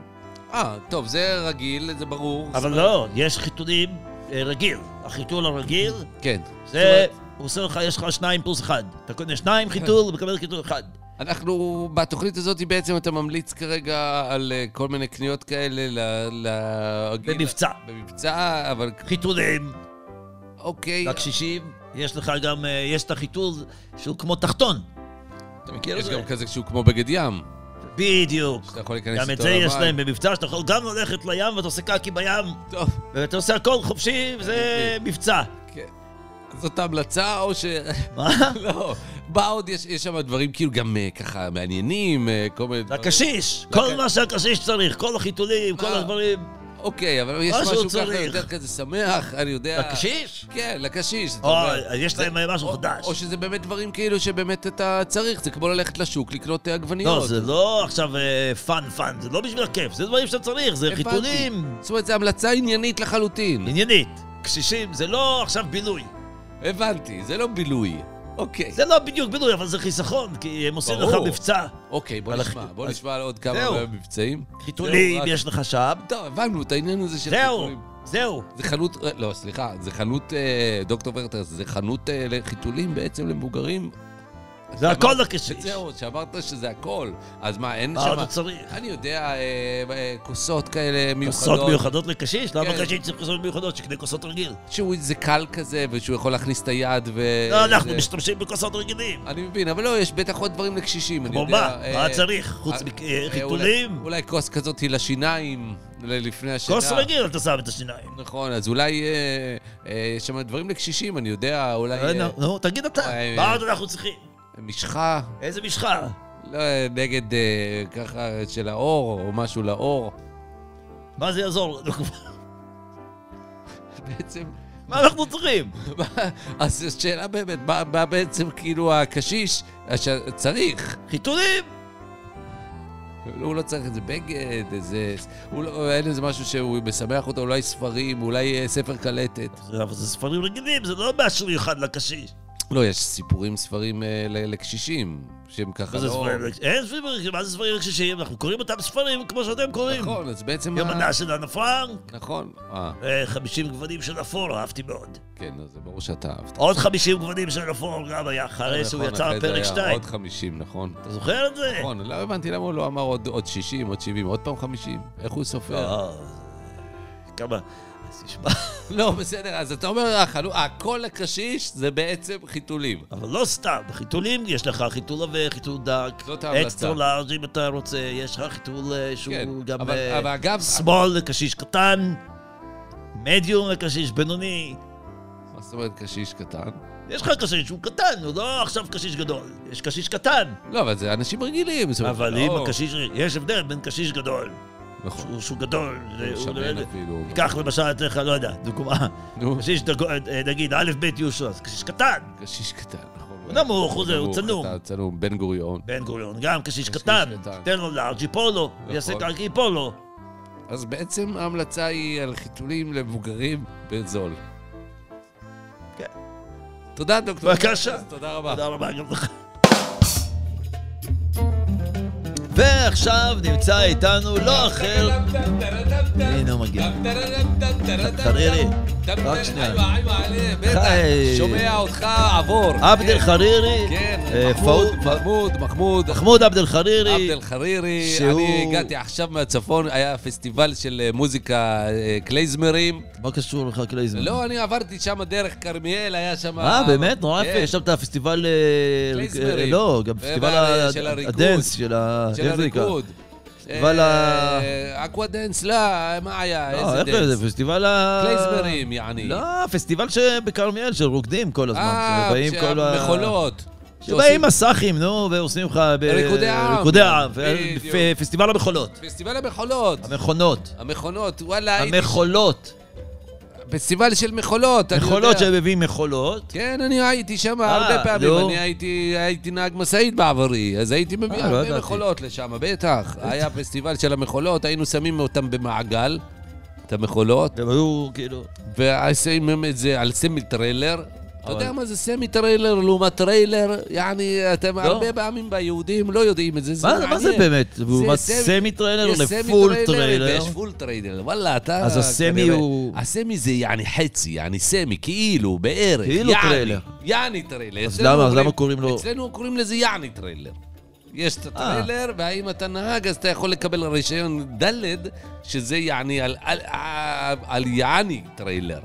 S3: אה, טוב, זה רגיל, זה ברור. זאת
S2: אבל
S3: אומרת-
S2: לא, יש חיתולים אה, רגיל. החיתול הרגיל,
S3: כן.
S2: זה,
S3: זאת אומרת,
S2: הוא עושה לך, יש לך שניים פלוס אחד. אתה קונה שניים חיתול
S3: כן.
S2: ומקבל חיתול אחד.
S3: אנחנו, בתוכנית הזאת בעצם אתה ממליץ כרגע על אה, כל מיני קניות כאלה ל... ל-
S2: במבצע.
S3: במבצע, אבל
S2: חיתולים
S3: אוקיי.
S2: לקשישים, יש לך גם, אה, יש את החיתול שהוא כמו תחתון. אתה מכיר את
S3: יש
S2: זה?
S3: גם כזה שהוא כמו בגד ים.
S2: בדיוק.
S3: שאתה יכול להיכנס
S2: גם את
S3: איתו
S2: זה יש
S3: למים.
S2: להם במבצע, שאתה יכול גם ללכת לים ואתה עושה קקי בים,
S3: טוב,
S2: ואתה עושה הכל חופשי, וזה מבצע.
S3: כן. זאת המלצה או ש...
S2: מה?
S3: לא. מה עוד? יש יש שם דברים כאילו גם אה, ככה מעניינים, אה, כל מיני דברים.
S2: לקשיש,
S3: לק-
S2: כל מה שהקשיש צריך, כל החיתולים, כל
S3: אוקיי. אה.
S2: הדברים.
S3: אוקיי, אבל יש
S2: מה שהוא
S3: משהו ככה
S2: צריך.
S3: יותר כזה שמח, אני יודע.
S2: לקשיש?
S3: כן, לקשיש. זאת
S2: או,
S3: אומרת,
S2: אה, אז יש
S3: זה-
S2: להם אה, משהו
S3: או-
S2: חדש.
S3: או שזה באמת דברים כאילו שבאמת אתה צריך, זה כמו ללכת לשוק לקנות אה, עגבניות.
S2: לא, זה לא עכשיו אה, פאן פאן, זה לא בשביל הכיף, זה דברים שאתה צריך, זה
S3: הבנתי.
S2: חיתולים,
S3: זאת אומרת, זו המלצה עניינית לחלוטין.
S2: עניינית. קשישים, זה לא עכשיו בילוי.
S3: הבנתי, זה לא בילוי. אוקיי.
S2: זה לא בדיוק בילוי, אבל זה חיסכון, כי הם עושים לך
S3: ברור.
S2: מבצע.
S3: אוקיי, בוא
S2: על
S3: נשמע.
S2: הח-
S3: בוא
S2: אז-
S3: נשמע על עוד כמה אה,
S2: זהו.
S3: מבצעים.
S2: חיתולים
S3: זהו, רק-
S2: יש לך שם.
S3: טוב, הבנו את העניין הזה של
S2: זהו,
S3: חיתולים.
S2: זהו.
S3: זה חנות, לא, סליחה, זה חנות, אה, דוקטור ורטרס, זה חנות אה, לחיתולים בעצם למבוגרים.
S2: זה הכל
S3: אמרת-
S2: לקשיש.
S3: זהו, שאמרת שזה הכל. אז מה, אין
S2: מה
S3: שם...
S2: עוד הוא צריך?
S3: אני יודע, אה, אה, כוסות כאלה מיוחדות.
S2: כוסות מיוחדות לקשיש? למה
S3: כן. אה,
S2: קשיש צריך כוסות מיוחדות שקנה כוסות רגיל?
S3: שהוא איזה קל כזה, ושהוא יכול להכניס את היד ו...
S2: לא, אנחנו
S3: זה-
S2: משתמשים בכוסות רגילים.
S3: אני מבין, אבל לא, יש בטח עוד דברים לקשישים, אני
S2: כמו
S3: יודע.
S2: מה?
S3: אה,
S2: מה צריך? חוץ
S3: אה, אה, אולי-
S2: מחיתולים?
S3: אולי כוס כזאת היא לשיניים, ל- לפני השינה.
S2: כוס רגיל אתה שם את השיניים.
S3: נכון, אז אולי אה, אה, יש שם דברים לקשישים, אני יודע, אולי
S2: אה,
S3: אה,
S2: נו, נו, תגיד אתה,
S3: אה,
S2: מה
S3: אה.
S2: עוד אנחנו צריכים?
S3: משחה,
S2: איזה משחה?
S3: לא, אה, נגד אה, ככה של האור, או משהו לאור.
S2: מה זה יעזור לנו כבר?
S3: בעצם,
S2: מה אנחנו צריכים?
S3: מה- אז השאלה באמת, מה- מה בעצם כאילו הקשיש הש- צריך?
S2: חיתולים?
S3: לא, הוא לא צריך איזה בגד, איזה... הוא לא, אין איזה משהו שהוא משמח אותו, אולי ספרים, אולי אה, ספר קלטת.
S2: זה- אבל זה ספרים רגילים, זה לא משהו מיוחד לקשיש.
S3: לא, יש סיפורים, ספרים אה, ל- לקשישים, שהם ככה
S2: מה זה
S3: לא...
S2: ספרים לקשישים? אין ספרים לקשישים, מה זה ספרים לקשישים? אנחנו קוראים אותם ספרים כמו שאתם קוראים.
S3: נכון, אז בעצם...
S2: יום
S3: ה-
S2: מדע של הנפר,
S3: נכון, אה,
S2: אה, 50 גוונים של אפור, אהבתי מאוד.
S3: כן, אז זה ברור שאתה אהבת.
S2: עוד 50 גוונים של אפור גם היה אחרי שהוא
S3: נכון,
S2: יצא
S3: אחרי זה
S2: בפרק
S3: היה
S2: 2.
S3: עוד 50, נכון.
S2: אתה זוכר את זה?
S3: נכון, לא הבנתי למה הוא לא אמר עוד עוד 60, עוד 70, עוד פעם 50. איך הוא סופר?
S2: לא, כמה... אז תשמע,
S3: לא, בסדר, אז אתה אומר, החלו- הכל לקשיש זה בעצם חיתולים.
S2: אבל לא סתם, חיתולים, יש לך חיתול עבה, חיתול דק,
S3: זאת ההמלצה.
S2: אקסטרה לארג' אם אתה רוצה, יש לך חיתול אה,
S3: כן,
S2: שהוא גם
S3: אבל-
S2: אה,
S3: אבל אגב-
S2: שמאל לקשיש קטן, מדיום לקשיש בינוני.
S3: מה זאת אומרת קשיש קטן?
S2: יש לך קשיש שהוא קטן, הוא לא עכשיו קשיש גדול, יש קשיש קטן.
S3: לא, אבל זה אנשים רגילים. זאת אומרת,
S2: אבל
S3: לא-
S2: אם הקשיש, יש הבדל בין קשיש גדול,
S3: נכון,
S2: שהוא- שהוא גדול,
S3: הוא
S2: הוא
S3: שמן
S2: לא-
S3: אפילו.
S2: ניקח למשל, אתן לך, לא יודע, דוגמה,
S3: נו.
S2: קשיש, דגו- אה, נגיד, א' ב' יהושע, אז קשיש קטן,
S3: קשיש קטן, נכון.
S2: הוא נמוך, הוא זה, הוא צנום.
S3: קטן, צנום, בן גוריון.
S2: בן גוריון, גם קשיש קטן,
S3: קטן.
S2: תן לו לארג'י פולו,
S3: נכון.
S2: יעשה קרקעי פולו.
S3: אז בעצם ההמלצה היא על חיתולים למבוגרים בזול.
S2: כן.
S3: תודה, דוקטור.
S2: בבקשה.
S3: אז תודה רבה.
S2: תודה רבה גם לך. ועכשיו נמצא איתנו לא אחר, הנה הוא מגיע. חרירי, רק שנייה.
S3: איווה, איווה, עלי, בטח,
S2: חי.
S3: שומע אותך, עבור.
S2: עבד אל
S3: כן,
S2: חרירי,
S3: כן,
S2: אה,
S3: מחמוד,
S2: פאוד-
S3: מחמוד, מחמוד.
S2: מחמוד עבד אל חרירי,
S3: עבד אל חרירי,
S2: שהוא-
S3: אני הגעתי עכשיו מהצפון, היה פסטיבל של אה, מוזיקה אה, קלייזמרים.
S2: מה קשור לך קלייזמן?
S3: לא, אני עברתי שם דרך כרמיאל, היה שם...
S2: כן. אה, באמת? נורא יפה,
S3: כן.
S2: יש שם את הפסטיבל... אה,
S3: קלייזמרים.
S2: אה, לא, גם
S3: אה,
S2: פסטיבל
S3: אה,
S2: ה-
S3: של הריקוד.
S2: הדנס, של ה...
S3: של
S2: איך זה נקרא?
S3: הריקוד.
S2: פסטיבל ה-
S3: אה, אקווה דנס, לא, מה היה?
S2: לא,
S3: איזה
S2: איך קוראים
S3: דנס?
S2: לזה? פסטיבל ה...
S3: קלייזמרים, יעני.
S2: לא, פסטיבל שבכרמיאל, של רוקדים כל הזמן,
S3: אה,
S2: שבאים כל ה...
S3: מכולות.
S2: שבאים מסכים, נו, ועושים לך... ב-
S3: ריקודי עם.
S2: ריקודי עם. ו-
S3: בדיוק. אה,
S2: פ- פסטיבל המכולות.
S3: פסטיבל המכולות.
S2: המכונות.
S3: המכונות, וואלה, הייתי...
S2: המכולות.
S3: פסטיבל של מכולות, אני יודע.
S2: מכולות שמביאים מכולות.
S3: כן, אני הייתי שם
S2: אה,
S3: הרבה פעמים,
S2: לא.
S3: אני הייתי, הייתי נהג משאית בעברי, אז הייתי מביא
S2: אה, לא
S3: הרבה
S2: ידעתי.
S3: מכולות לשם, בטח. היה פסטיבל של המכולות, היינו שמים אותם במעגל, את המכולות,
S2: הם היו כאילו...
S3: ושמים את זה על סמי טריילר. אתה יודע מה זה סמי טריילר לעומת טריילר? יעני, אתם הרבה פעמים ביהודים לא יודעים את זה, זה
S2: לא. מה זה-
S3: מעניין.
S2: מה זה באמת? לעומת
S3: סמי-
S2: סמי טריילר
S3: יש סמי
S2: לפול טריילר?
S3: ויש פול טריילר, וואלה, אתה...
S2: אז הסמי
S3: כנראה-
S2: הוא-
S3: הסמי זה יעני חצי, יעני סמי, כאילו, בערך.
S2: כאילו
S3: יעני,
S2: טריילר.
S3: יעני טריילר.
S2: אז
S3: אצלנו
S2: למה- אז למה קוראים לו- אה.
S3: אצלנו קוראים לזה יעני טריילר. יש את הטריילר, והאם אתה נהג, אז אתה יכול לקבל רישיון ד', שזה יעני על, על, על, על יעני טריילר.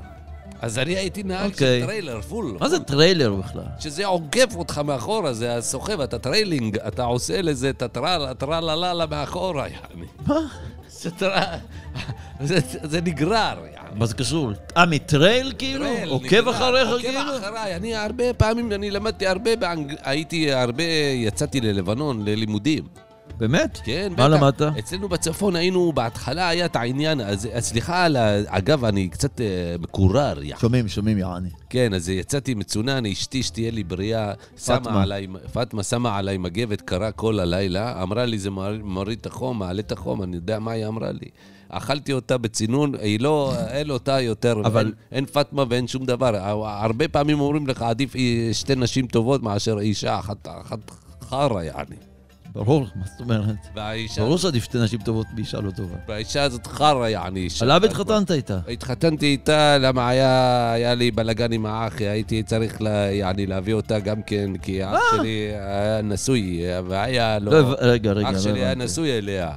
S3: אז אני הייתי נהג
S2: אוקיי.
S3: של טריילר, פול.
S2: מה זה טריילר בכלל?
S3: שזה עוגף אותך מאחורה, זה הסוחב, אתה טריילינג, אתה עושה לזה את הטרל, הטרלללה מאחורה, יעני.
S2: מה?
S3: זה טרל- זה- אה, זה נגרר, יעני.
S2: מה זה קשור? אה, מטרייל כאילו?
S3: טרל,
S2: עוקב
S3: נגרר,
S2: אחריך
S3: עוקב
S2: כאילו?
S3: אחריי, אני הרבה פעמים, אני למדתי הרבה באנגלית, הייתי הרבה, יצאתי ללבנון ללימודים.
S2: באמת?
S3: כן,
S2: מה למדת?
S3: אצלנו בצפון היינו, בהתחלה היה את העניין, אז אז סליחה, על ה- אגב, אני קצת אה, מקורר, יעני.
S2: שומעים, שומעים, יעני.
S3: כן, אז יצאתי מצונן, אשתי, שתהיה לי בריאה,
S2: פטמה.
S3: שמה עליי, פטמה שמה עליי מגבת קרה כל הלילה, אמרה לי, זה מר- מוריד את החום, מעלה את החום, אני יודע מה היא אמרה לי. אכלתי אותה בצינון, היא לא, אין אותה יותר,
S2: אבל-
S3: אין, אין פטמה ואין שום דבר. הרבה פעמים אה, אומרים לך, עדיף אה, שתי נשים טובות מאשר אישה אחת, אחת חרא, יעני.
S2: ברור, מה זאת אומרת?
S3: והאישה,
S2: ברור שעדיף שתי נשים טובות מאישה לא טובה.
S3: והאישה הזאת חרא, יעני. אישה.
S2: עליו התחתנת איתה.
S3: התחתנתי איתה, למה היה, היה לי בלאגן עם האח, הייתי צריך לה, יעני, להביא אותה גם כן, כי האח שלי היה נשוי, והיה לו...
S2: אה! לא, הב- רגע, רגע,
S3: אח
S2: לא
S3: שלי היה
S2: הבנתי.
S3: נשוי אליה.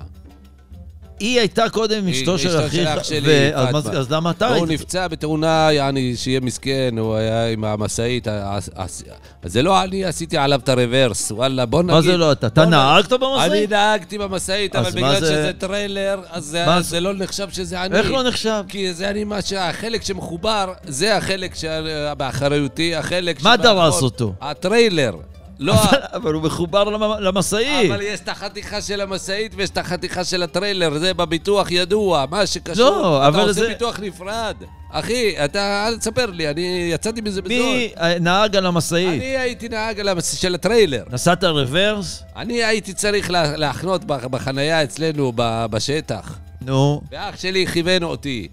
S2: היא הייתה קודם
S3: היא-
S2: אשתו של אחיך,
S3: שלי,
S2: ו- אז
S3: פטמה.
S2: מה- אז למה אתה
S3: הוא
S2: היית?
S3: נפצע בתאונה, יעני, שיהיה מסכן, הוא היה עם המשאית. ה- ה- ה- זה לא אני עשיתי עליו את הרוורס, וואלה, בוא נגיד...
S2: מה זה לא אתה? אתה
S3: בוא נ-
S2: נהגת
S3: אני
S2: במשאית?
S3: נהגתי במשאית, אבל
S2: אז מה
S3: בגלל
S2: זה-
S3: שזה טריילר, אז זה-
S2: מה זה-
S3: זה לא נחשב שזה אני.
S2: איך לא נחשב?
S3: כי זה אני מה שהחלק שמחובר, זה החלק שבאחריותי, החלק
S2: מה
S3: שבאחור-
S2: דרס אותו?
S3: הטריילר. לא, ה-
S2: אבל- אבל הוא מחובר למ- למשאית.
S3: אבל יש את החתיכה של המשאית ויש את החתיכה של הטריילר, זה בביטוח ידוע, מה שקשור.
S2: לא,
S3: אתה
S2: אבל
S3: עושה
S2: זה-
S3: ביטוח נפרד. אחי, אתה, אל תספר לי, אני יצאתי מזה בזול.
S2: מי אה, נהג על המשאית?
S3: אני הייתי נהג על המס... של הטריילר.
S2: נסעת רוורס?
S3: אני הייתי צריך לה- להחנות בח- בחנייה אצלנו ב- בשטח.
S2: נו.
S3: ואח שלי כיוון אותי.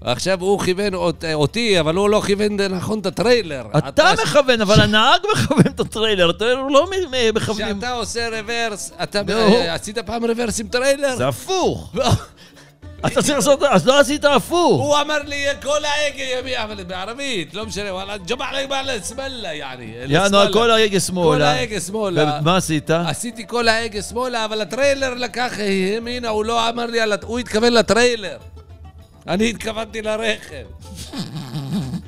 S3: עכשיו הוא כיוון אות- אותי, אבל הוא לא כיוון נכון את הטריילר.
S2: אתה מכוון, אבל הנהג מכוון את הטריילר, הטריילר הוא לא מ- מ- מכוונים.
S3: כשאתה עושה רוורס, אתה
S2: נו.
S3: אה, עשית פעם רוורס עם טריילר?
S2: זה הפוך. אתה צריך לעשות, אז לא עשית הפוך.
S3: הוא אמר לי כל ההגה ימי, אבל בערבית, לא משנה, וואלה, ג'מע לי בעלה, שמאללה, יעני.
S2: יענו,
S3: שמאללה.
S2: כל ההגה
S3: כל
S2: שמאלה.
S3: ההגה שמאלה.
S2: ומה עשית?
S3: עשיתי כל ההגה שמאלה, אבל הטריילר לקח אה, ימינה, הוא לא אמר לי, על הט- הוא התכוון לטריילר. אני התכוונתי לרכב.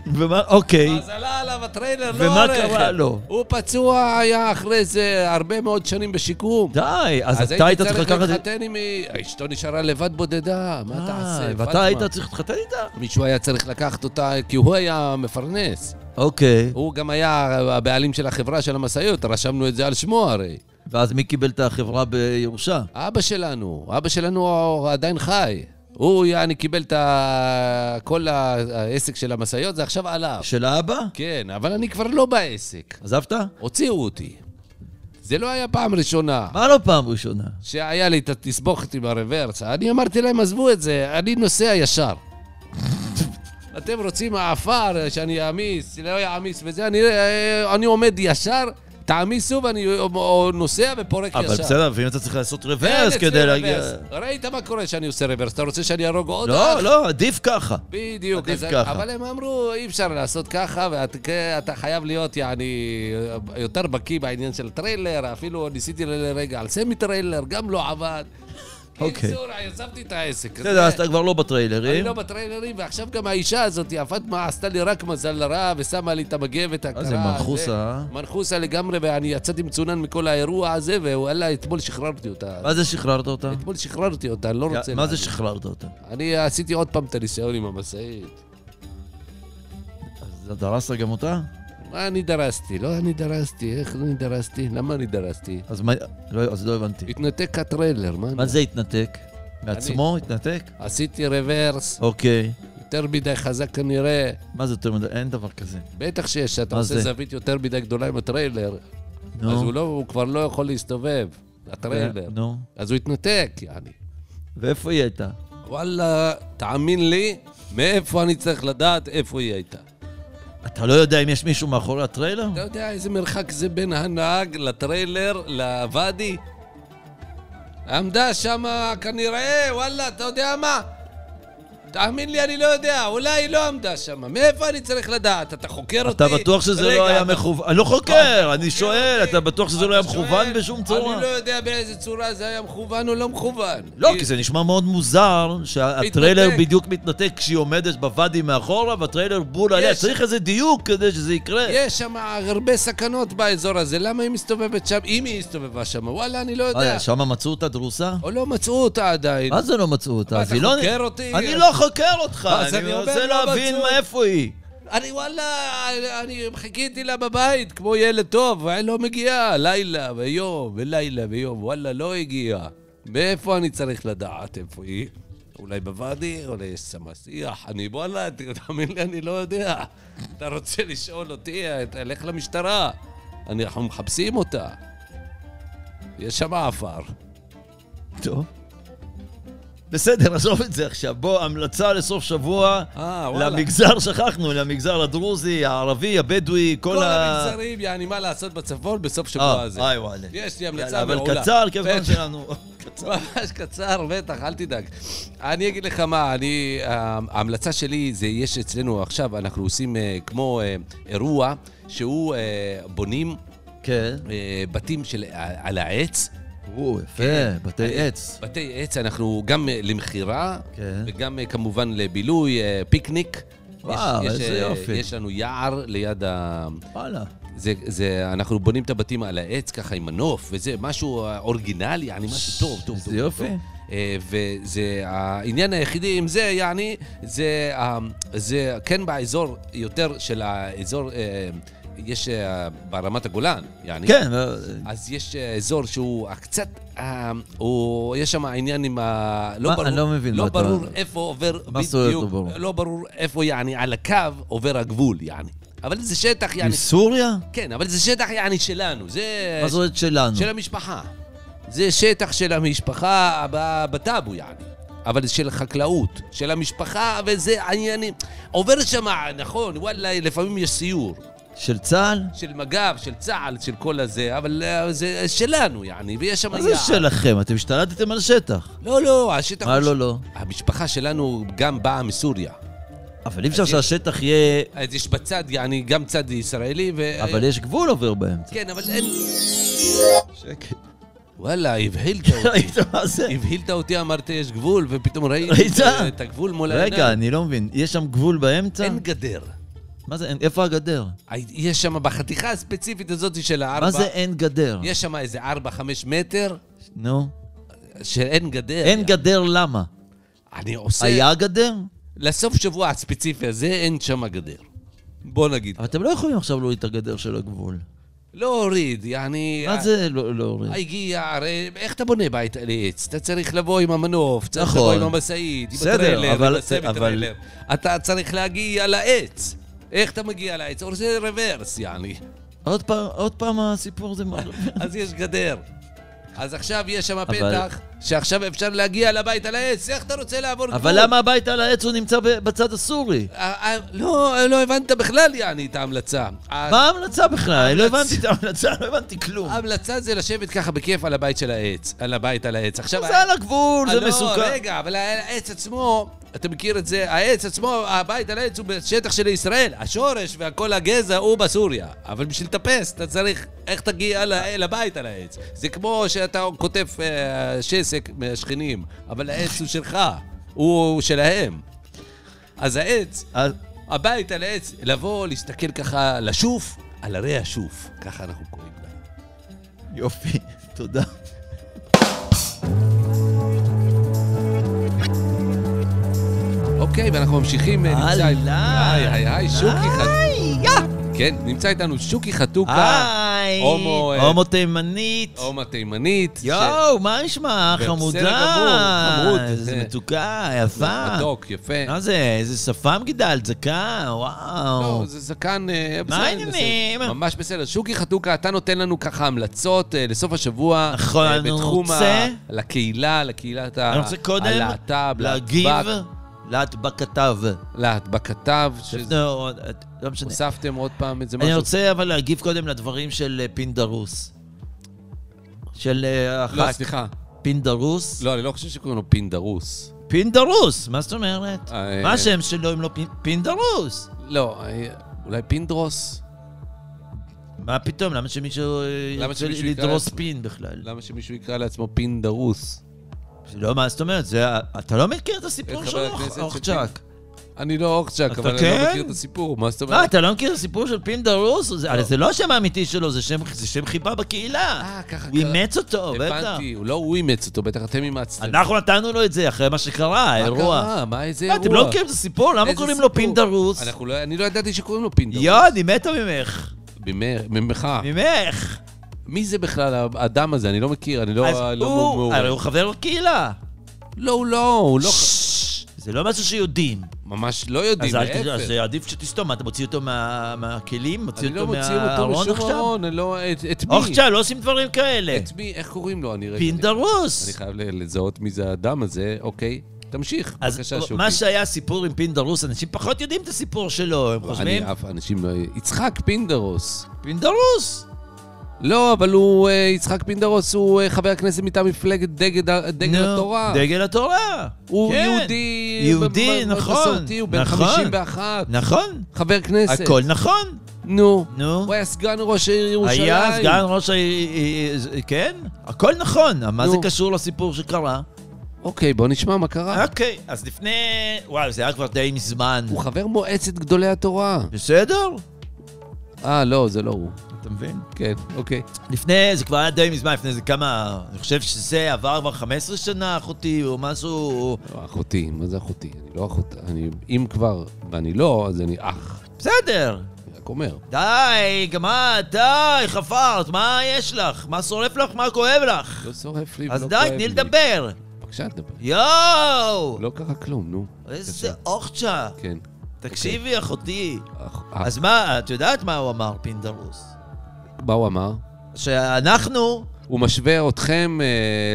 S2: ומה, אוקיי.
S3: אז עלה עליו הטריילר, לא
S2: ומה
S3: הרכב.
S2: קרה לו?
S3: הוא פצוע, היה אחרי זה הרבה מאוד שנים בשיקום.
S2: די, אז
S3: אז
S2: אתה היית
S3: הייתי
S2: צריך
S3: צריך
S2: לקחת... את-
S3: להתחתן עם... היא- אשתו נשארה לבד בודדה, מה
S2: אה,
S3: תעשה?
S2: ואתה
S3: פטמה.
S2: היית צריך להתחתן איתה?
S3: מישהו היה צריך לקחת אותה, כי הוא היה מפרנס.
S2: אוקיי.
S3: הוא גם היה הבעלים של החברה של המשאיות, רשמנו את זה על שמו הרי.
S2: ואז מי קיבל את החברה בירושה?
S3: אבא שלנו, אבא שלנו עדיין חי. הוא יעני קיבל את ה- כל העסק של המשאיות, זה עכשיו עליו.
S2: של האבא?
S3: כן, אבל אני כבר לא בעסק.
S2: עזבת?
S3: הוציאו אותי. זה לא היה פעם ראשונה.
S2: מה לא פעם ראשונה?
S3: שהיה לי את התסבוכת עם הרוורס. אני אמרתי להם, עזבו את זה, אני נוסע ישר. אתם רוצים העפר, שאני אעמיס, לא אעמיס וזה, אני, אה, אני עומד ישר, תעמיסו ואני אה, או נוסע ופורק ישר. כן,
S2: אבל בסדר, לפעמים אתה צריך לעשות
S3: אין
S2: רוורס
S3: אצלי
S2: כדי להגיע...
S3: רוורס. ראית מה קורה שאני עושה רוורס, אתה רוצה שאני ארוג עוד?
S2: לא,
S3: אח?
S2: לא, עדיף ככה.
S3: בדיוק,
S2: עדיף
S3: אז-
S2: ככה.
S3: אבל הם אמרו, אי אפשר לעשות ככה, ואתה חייב להיות, יעני, יותר בקיא בעניין של טריילר, אפילו ניסיתי לרגע על סמי טריילר, גם לא עבד.
S2: אוקיי.
S3: קיצור, עזבתי את העסק.
S2: בסדר, אז
S3: זה-
S2: אתה כבר לא
S3: אני
S2: בטריילרים.
S3: לא בטריילרים, ועכשיו גם האישה הזאת, פטמה, עשתה לי רק מזל רע, ושמה לי את המגבת הקרה.
S2: איזה מנחוסה,
S3: זה-
S2: אה?
S3: מנחוסה לגמרי, ואני יצאתי מצונן מכל האירוע הזה, ווואלה, אתמול שחררתי אותה.
S2: מה זה שחררת אותה?
S3: אתמול שחררתי אותה, אני לא רוצה...
S2: מה זה
S3: להגיד.
S2: שחררת אותה?
S3: אני עשיתי עוד פעם את הניסיון עם המשאית.
S2: אז דרסת גם אותה?
S3: מה אני דרסתי? לא אני דרסתי, איך אני דרסתי? למה אני דרסתי?
S2: אז מה... לא, אז לא הבנתי.
S3: התנתק הטריילר, מה?
S2: מה
S3: אני-
S2: זה התנתק? מעצמו התנתק?
S3: עשיתי רוורס,
S2: אוקיי.
S3: יותר מדי חזק כנראה.
S2: מה זה יותר מדי? אין דבר כזה.
S3: בטח שיש, אתה
S2: מה
S3: עושה
S2: זה?
S3: זווית יותר מדי גדולה עם הטריילר, אז
S2: נו.
S3: הוא לא- הוא כבר לא יכול להסתובב, הטריילר.
S2: נו.
S3: אז הוא התנתק, יעני.
S2: ואיפה היא הייתה?
S3: וואלה, תאמין לי, מאיפה אני צריך לדעת איפה היא הייתה?
S2: אתה לא יודע אם יש מישהו מאחורי הטריילר?
S3: אתה יודע איזה מרחק זה בין הנהג לטריילר, לוואדי? עמדה שמה כנראה, וואלה, אתה יודע מה? תאמין לי, אני לא יודע, אולי היא לא עמדה שמה. מאיפה אני צריך לדעת? אתה חוקר אותי?
S2: אתה בטוח שזה
S3: רגע,
S2: לא היה
S3: אתה
S2: מכוון? אני לא חוקר, אני שואל,
S3: אותי.
S2: אתה בטוח שזה לא היה
S3: אתה
S2: מכוון
S3: שואל,
S2: בשום צורה?
S3: אני לא יודע באיזה צורה זה היה מכוון או לא מכוון.
S2: לא, כי זה נשמע מאוד מוזר שהטריילר
S3: מתנתק.
S2: בדיוק מתנתק כשהיא עומדת בוואדי מאחורה והטריילר בול עליה.
S3: יש.
S2: צריך איזה דיוק כדי שזה יקרה.
S3: יש שם הרבה סכנות באזור הזה, למה היא מסתובבת שם? אם היא הסתובבה שם, וואלה, אני לא יודע.
S2: אה, שמה מצאו אותה דרוסה?
S3: או לא מצאו אותה עדיין.
S2: מה זה לא מצאו אותה?
S3: מה,
S2: אז
S3: אתה
S2: היא לא-
S3: חוקר אותי?
S2: אני לא חוקר אותך,
S3: אז
S2: אני
S3: אני אומר,
S2: רוצה
S3: לא
S2: להבין
S3: מצאו.
S2: מה- איפה היא.
S3: אני וואלה, אני חיכיתי לה בבית כמו ילד טוב, והיא לא מגיעה, לילה ויום ולילה ויום, וואלה, לא הגיעה. מאיפה אני צריך לדעת איפה היא? אולי בוואדי, אולי יש סמסיח, אני וואלה, ת- תאמין לי, אני לא יודע. אתה רוצה לשאול אותי, תלך למשטרה. אני- אנחנו מחפשים אותה. יש שם עפר.
S2: טוב. בסדר, עזוב את זה עכשיו. בוא, המלצה לסוף שבוע.
S3: אה, וואלה.
S2: למגזר, שכחנו, למגזר הדרוזי, הערבי, הבדואי, כל,
S3: כל
S2: ה...
S3: המגזרים, יעני מה לעשות בצפון בסוף שבוע
S2: אה,
S3: הזה.
S2: איי וואלה.
S3: יש לי המלצה
S2: יאללה, אבל
S3: מעולה.
S2: קצר, כי הזמן
S3: בטח.
S2: שלנו... קצר.
S3: ממש קצר, בטח, אל תדאג. אני אגיד לך מה, אני, ה- ההמלצה שלי זה, יש אצלנו עכשיו, אנחנו עושים אה, כמו אה, אירוע שהוא אה, בונים
S2: כן.
S3: אה, בתים של, על העץ.
S2: או, יפה,
S3: כן.
S2: בתי עץ.
S3: בתי עץ, אנחנו גם אה, למכירה,
S2: כן.
S3: וגם אה, כמובן לבילוי, אה, פיקניק.
S2: וואו,
S3: יש- יש,
S2: איזה
S3: אה,
S2: יופי.
S3: יש לנו יער ליד ה...
S2: וואלה.
S3: זה, זה, אנחנו בונים את הבתים על העץ ככה עם מנוף, וזה משהו אה, אורגינלי, יעני משהו טוב, טוב,
S2: איזה
S3: טוב.
S2: יופי.
S3: טוב. אה, וזה, העניין היחידי עם זה, יעני, זה, אה, זה כן באזור יותר של האזור, אה, יש אה, ברמת הגולן, יעני.
S2: כן,
S3: אז יש אה, אזור שהוא קצת, הוא, יש שם עניין עם ה... לא
S2: מה?
S3: ברור,
S2: אני לא מבין
S3: לא
S2: מה אתה-
S3: ברור איפה עובר
S2: מה זאת אומרת לא
S3: בדיוק,
S2: ברור?
S3: לא ברור איפה, יעני, על הקו עובר הגבול, יעני. אבל זה שטח,
S2: עם
S3: יעני,
S2: סוריה?
S3: כן, אבל זה שטח, יעני, שלנו. זה...
S2: מה זאת אומרת שלנו?
S3: אה, של המשפחה. זה שטח של המשפחה ב- בטאבו, יעני. אבל זה של חקלאות, של המשפחה, וזה עניינים. עובר שם, נכון, וואלה, לפעמים יש סיור.
S2: של צה"ל?
S3: של מג"ב, של צה"ל, של כל הזה, אבל אה, זה שלנו, יעני, ויש שם
S2: מה זה שלכם? אתם השתלטתם על שטח.
S3: לא, לא, השטח...
S2: מה
S3: הוא
S2: לא,
S3: ש-
S2: לא?
S3: המשפחה שלנו גם באה מסוריה.
S2: אבל אי אפשר
S3: אז יש-
S2: שהשטח יהיה...
S3: אז יש בצד, יעני, גם צד ישראלי, ו... אה,
S2: אבל יש גבול עובר באמצע.
S3: כן, אבל אין...
S2: שקט.
S3: וואלה, הבהילת אותי.
S2: ראית לא מה זה?
S3: הבהילת אותי, אמרת יש גבול, ופתאום ראיתי
S2: ראית?
S3: את ה- את הגבול מול העיניים.
S2: רגע, אני לא מבין. יש שם גבול באמצע?
S3: אין גדר.
S2: מה זה אין? איפה הגדר?
S3: יש שם, בחתיכה הספציפית הזאת של הארבע...
S2: מה זה אין גדר?
S3: יש שם איזה ארבע, חמש מטר,
S2: נו.
S3: שאין גדר.
S2: אין גדר למה?
S3: אני עושה...
S2: היה גדר?
S3: לסוף שבוע הספציפי הזה אין שם גדר. בוא נגיד.
S2: אבל אתם לא יכולים עכשיו להוריד את הגדר של הגבול.
S3: לא הוריד, יעני...
S2: מה זה לא לא
S3: אה,
S2: להוריד?
S3: הגיע, הרי איך אתה בונה בית על עץ? אתה צריך לבוא עם המנוף, צריך
S2: נכון.
S3: לבוא עם המשאית, עם
S2: בסדר,
S3: הטריילר,
S2: אבל-
S3: עם הסמי
S2: אבל-
S3: טריילר. אתה צריך להגיע לעץ. איך אתה מגיע לעץ? הוא עושה רוורס, יעני.
S2: עוד פעם- עוד פעם הסיפור הזה... מה-
S3: אז יש גדר. אז עכשיו יש שם פתח, שעכשיו אפשר להגיע לבית על העץ, איך אתה רוצה לעבור גבול?
S2: אבל למה הבית על העץ הוא נמצא ב- בצד הסורי?
S3: אה, אה, לא, לא הבנת בכלל, יעני, את ההמלצה.
S2: מה ההמלצה בכלל? אני לא הבנתי את ההמלצה, לא הבנתי כלום.
S3: ההמלצה זה לשבת ככה בכיף על הבית של העץ, על הבית על העץ. עכשיו...
S2: זה על הגבול,
S3: אה,
S2: זה
S3: לא,
S2: מסוכן.
S3: רגע, אבל העץ עצמו, אתה מכיר את זה, העץ עצמו, הבית על העץ הוא בשטח של ישראל. השורש והכל הגזע הוא בסוריה. אבל בשביל לטפס, אתה צריך, איך תגיע ל- לבית על העץ? זה כמו שאתה כותב אה, שסק מהשכנים, אבל העץ הוא שלך, הוא שלהם. אז העץ,
S2: אז-
S3: הבית על העץ, לבוא, להסתכל ככה, לשוף, על הרי השוף. ככה אנחנו קוראים לה.
S2: יופי, תודה.
S3: אוקיי, ואנחנו ממשיכים, אה, נמצא...
S2: הלאה.
S3: היי, היי, היי, שוקי חתוקה.
S2: היי, יא.
S3: כן, נמצא איתנו שוקי חתוקה,
S2: היי.
S3: הומו, אה,
S2: הומו תימנית.
S3: הומה תימנית. ש-
S2: יואו, מה נשמע?
S3: בסדר
S2: חמודה.
S3: גמור, חמוד.
S2: איזה
S3: זה-
S2: מתוקה, יפה.
S3: מתוק, יפה.
S2: מה זה? איזה שפם גידלת, זקן,
S3: לא,
S2: וואו.
S3: זה זקן... אה,
S2: מה
S3: בסדר,
S2: העניינים?
S3: בסדר. ממש בסדר. שוקי חתוקה, אתה נותן לנו ככה המלצות אה, לסוף השבוע.
S2: נכון,
S3: אה,
S2: אני
S3: בתחום ה-
S2: רוצה-
S3: לקהילה, לקהילת ה-
S2: אני רוצה קודם
S3: הלהט"ב,
S2: להגיב
S3: להדבק-
S2: להדבקתיו.
S3: להדבקתיו, שזה-
S2: לא, לא משנה.
S3: הוספתם עוד פעם איזה
S2: אני
S3: משהו.
S2: רוצה אבל להגיב קודם לדברים של אה, פינדרוס. של אה,
S3: לא,
S2: הח"כ
S3: סליחה.
S2: פינדרוס.
S3: לא, אני לא חושב שקוראים לו פינדרוס.
S2: פינדרוס, מה זאת אומרת?
S3: אה,
S2: מה
S3: אה.
S2: השם שלו אם לא פינ- פינדרוס?
S3: לא, אה, אולי פינדרוס?
S2: מה פתאום? למה שמישהו אה,
S3: למה
S2: ירצה
S3: שמישהו יקרא
S2: לדרוס
S3: לעצמו?
S2: פין בכלל?
S3: למה שמישהו יקרא לעצמו פינדרוס?
S2: לא, מה זאת אומרת? זה ה- אתה לא מכיר את הסיפור
S3: את חבר
S2: שלו,
S3: הכנסת
S2: אורצ'אק.
S3: אני לא אורקצ'אק,
S2: אתה
S3: אבל אני לא
S2: כן?
S3: מכיר את הסיפור, מה זאת
S2: מה,
S3: אומרת?
S2: אתה לא מכיר את הסיפור של פינדרוס? זה- הרי זה לא השם האמיתי שלו, זה שם- זה שם חיבה בקהילה.
S3: אה, ככה
S2: הוא
S3: קרה.
S2: אימץ אותו, בטח.
S3: הבנתי, לא הוא אימץ אותו, בטח אתם אימצתם.
S2: אנחנו נתנו לו את זה אחרי מה שקרה,
S3: מה
S2: האירוע.
S3: קרה? מה, איזה
S2: מה,
S3: אירוע?
S2: אתם לא מכירים את הסיפור? למה
S3: איזה
S2: קוראים לו
S3: סיפור?
S2: פינדרוס?
S3: אנחנו לא- אני לא ידעתי שקוראים לו פינדרוס.
S2: יואו, אני מתה ממך.
S3: ממך- ממך.
S2: ממך.
S3: מי זה בכלל האדם הזה? אני לא מכיר, אני לא
S2: אז
S3: לא
S2: הוא,
S3: מעורה.
S2: הרי הוא חבר בקהילה.
S3: לא, הוא לא, הוא לא...
S2: ששש, זה לא משהו שיודעים.
S3: ממש לא יודעים,
S2: אז אל ת- אז
S3: להפך.
S2: עדיף שתסתום, אתה מוציא אותו מה- מהכלים? מוציא
S3: אני לא
S2: אותו
S3: מוציא אותו
S2: מהארון
S3: לשום
S2: עכשיו?
S3: ארון, אני לא... את- את מי?
S2: עכשיו, לא עושים דברים כאלה.
S3: את מי? איך קוראים לו? אני רגע... אני
S2: פינדרוס.
S3: חייב ל- לזהות מי זה האדם הזה, אוקיי. תמשיך,
S2: אז
S3: בבקשה, שוקי.
S2: מה שהיה הסיפור עם פינדרוס, אנשים פחות יודעים את הסיפור שלו, הם חושבים,
S3: אני אף אנשים לא... יצחק פינדרוס.
S2: פינדרוס.
S3: לא, אבל הוא... אה, יצחק פינדרוס הוא אה, חבר הכנסת מטעם מפלגת דגל- דגל
S2: נו,
S3: התורה.
S2: דגל התורה.
S3: הוא
S2: כן.
S3: יהודי...
S2: יהודי,
S3: מאוד
S2: נכון.
S3: מסורתי, הוא בן
S2: נכון.
S3: 51.
S2: נכון,
S3: חבר כנסת.
S2: הכל נכון.
S3: נו.
S2: נו.
S3: הוא היה סגן ראש העיר ירושלים.
S2: היה סגן ראש העיר, כן, הכל נכון, אבל מה
S3: נו.
S2: זה קשור לסיפור שקרה?
S3: אוקיי, בוא נשמע מה קרה.
S2: אוקיי, אז לפני, וואו, זה היה כבר די מזמן.
S3: הוא חבר מועצת גדולי התורה.
S2: בסדר?
S3: אה, לא, זה לא הוא.
S2: אתה מבין?
S3: כן, אוקיי.
S2: לפני, זה כבר היה די מזמן, לפני זה כמה, אני חושב שזה עבר כבר 15 שנה, אחותי, או משהו,
S3: לא, אחותי, מה זה אחותי? אני לא אחות... אני, אם כבר, ואני לא, אז אני אח.
S2: בסדר.
S3: אני רק אומר.
S2: די, גם את, די, חפרת, מה יש לך? מה שורף לך? מה כואב לך?
S3: לא שורף לי,
S2: אז
S3: ולא
S2: די,
S3: כואב
S2: תני
S3: לי.
S2: לדבר.
S3: בבקשה, תדבר.
S2: יואו!
S3: לא קרה כלום, נו.
S2: איזה
S3: בבקשה. אה.
S2: אוכצ'ה.
S3: כן.
S2: תקשיבי, אחותי.
S3: אח- אח.
S2: אז מה, את יודעת מה הוא אמר, פינדרוס?
S3: מה הוא אמר?
S2: שאנחנו,
S3: הוא משווה אתכם אה,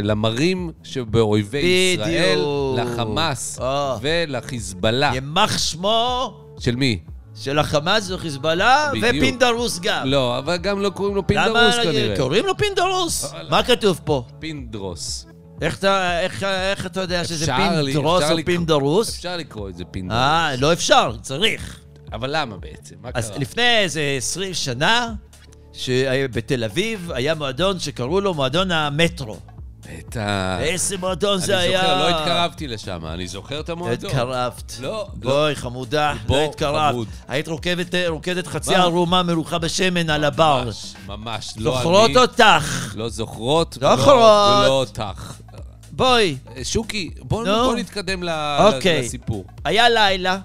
S3: למרים שבאויבי
S2: בדיוק.
S3: ישראל, לחמאס
S2: אה.
S3: ולחיזבאללה.
S2: ימח שמו
S3: של מי?
S2: של החמאס וחיזבאללה,
S3: בדיוק.
S2: ופינדרוס גם.
S3: לא, אבל גם לא קוראים לו
S2: למה
S3: פינדרוס כנראה. לא,
S2: קוראים לו פינדרוס?
S3: אבל-
S2: מה כתוב פה?
S3: פינדרוס.
S2: איך אתה- איך- איך אתה יודע שזה
S3: אפשר לי-
S2: פינדרוס
S3: אפשר
S2: או
S3: לקרוא-
S2: פינדרוס?
S3: אפשר לקרוא את זה פינדרוס.
S2: אה, לא אפשר, צריך.
S3: אבל למה בעצם? מה
S2: אז
S3: קרה?
S2: לפני איזה 20 שנה, שבתל אביב היה מועדון שקראו לו מועדון המטרו.
S3: בטח.
S2: איזה מועדון
S3: אה. אני
S2: זה היה?
S3: זוכר, לא התקרבתי לשם, אני זוכר את
S2: לא
S3: המועדון.
S2: התקרבת.
S3: לא, לא.
S2: בואי, חמודה,
S3: בוא,
S2: לא התקרבת.
S3: חמוד.
S2: היית רוקבת- רוקדת חצי
S3: מה?
S2: ערומה מרוחה בשמן על הבר.
S3: ממש, ממש, לא
S2: זוכרות
S3: אני.
S2: אותך.
S3: לא זוכרות.
S2: לא
S3: ולא-
S2: זוכרות.
S3: ולא אותך.
S2: בואי,
S3: שוקי, בוא
S2: נו.
S3: בוא נתקדם ל-
S2: אוקיי.
S3: לסיפור.
S2: היה לילה,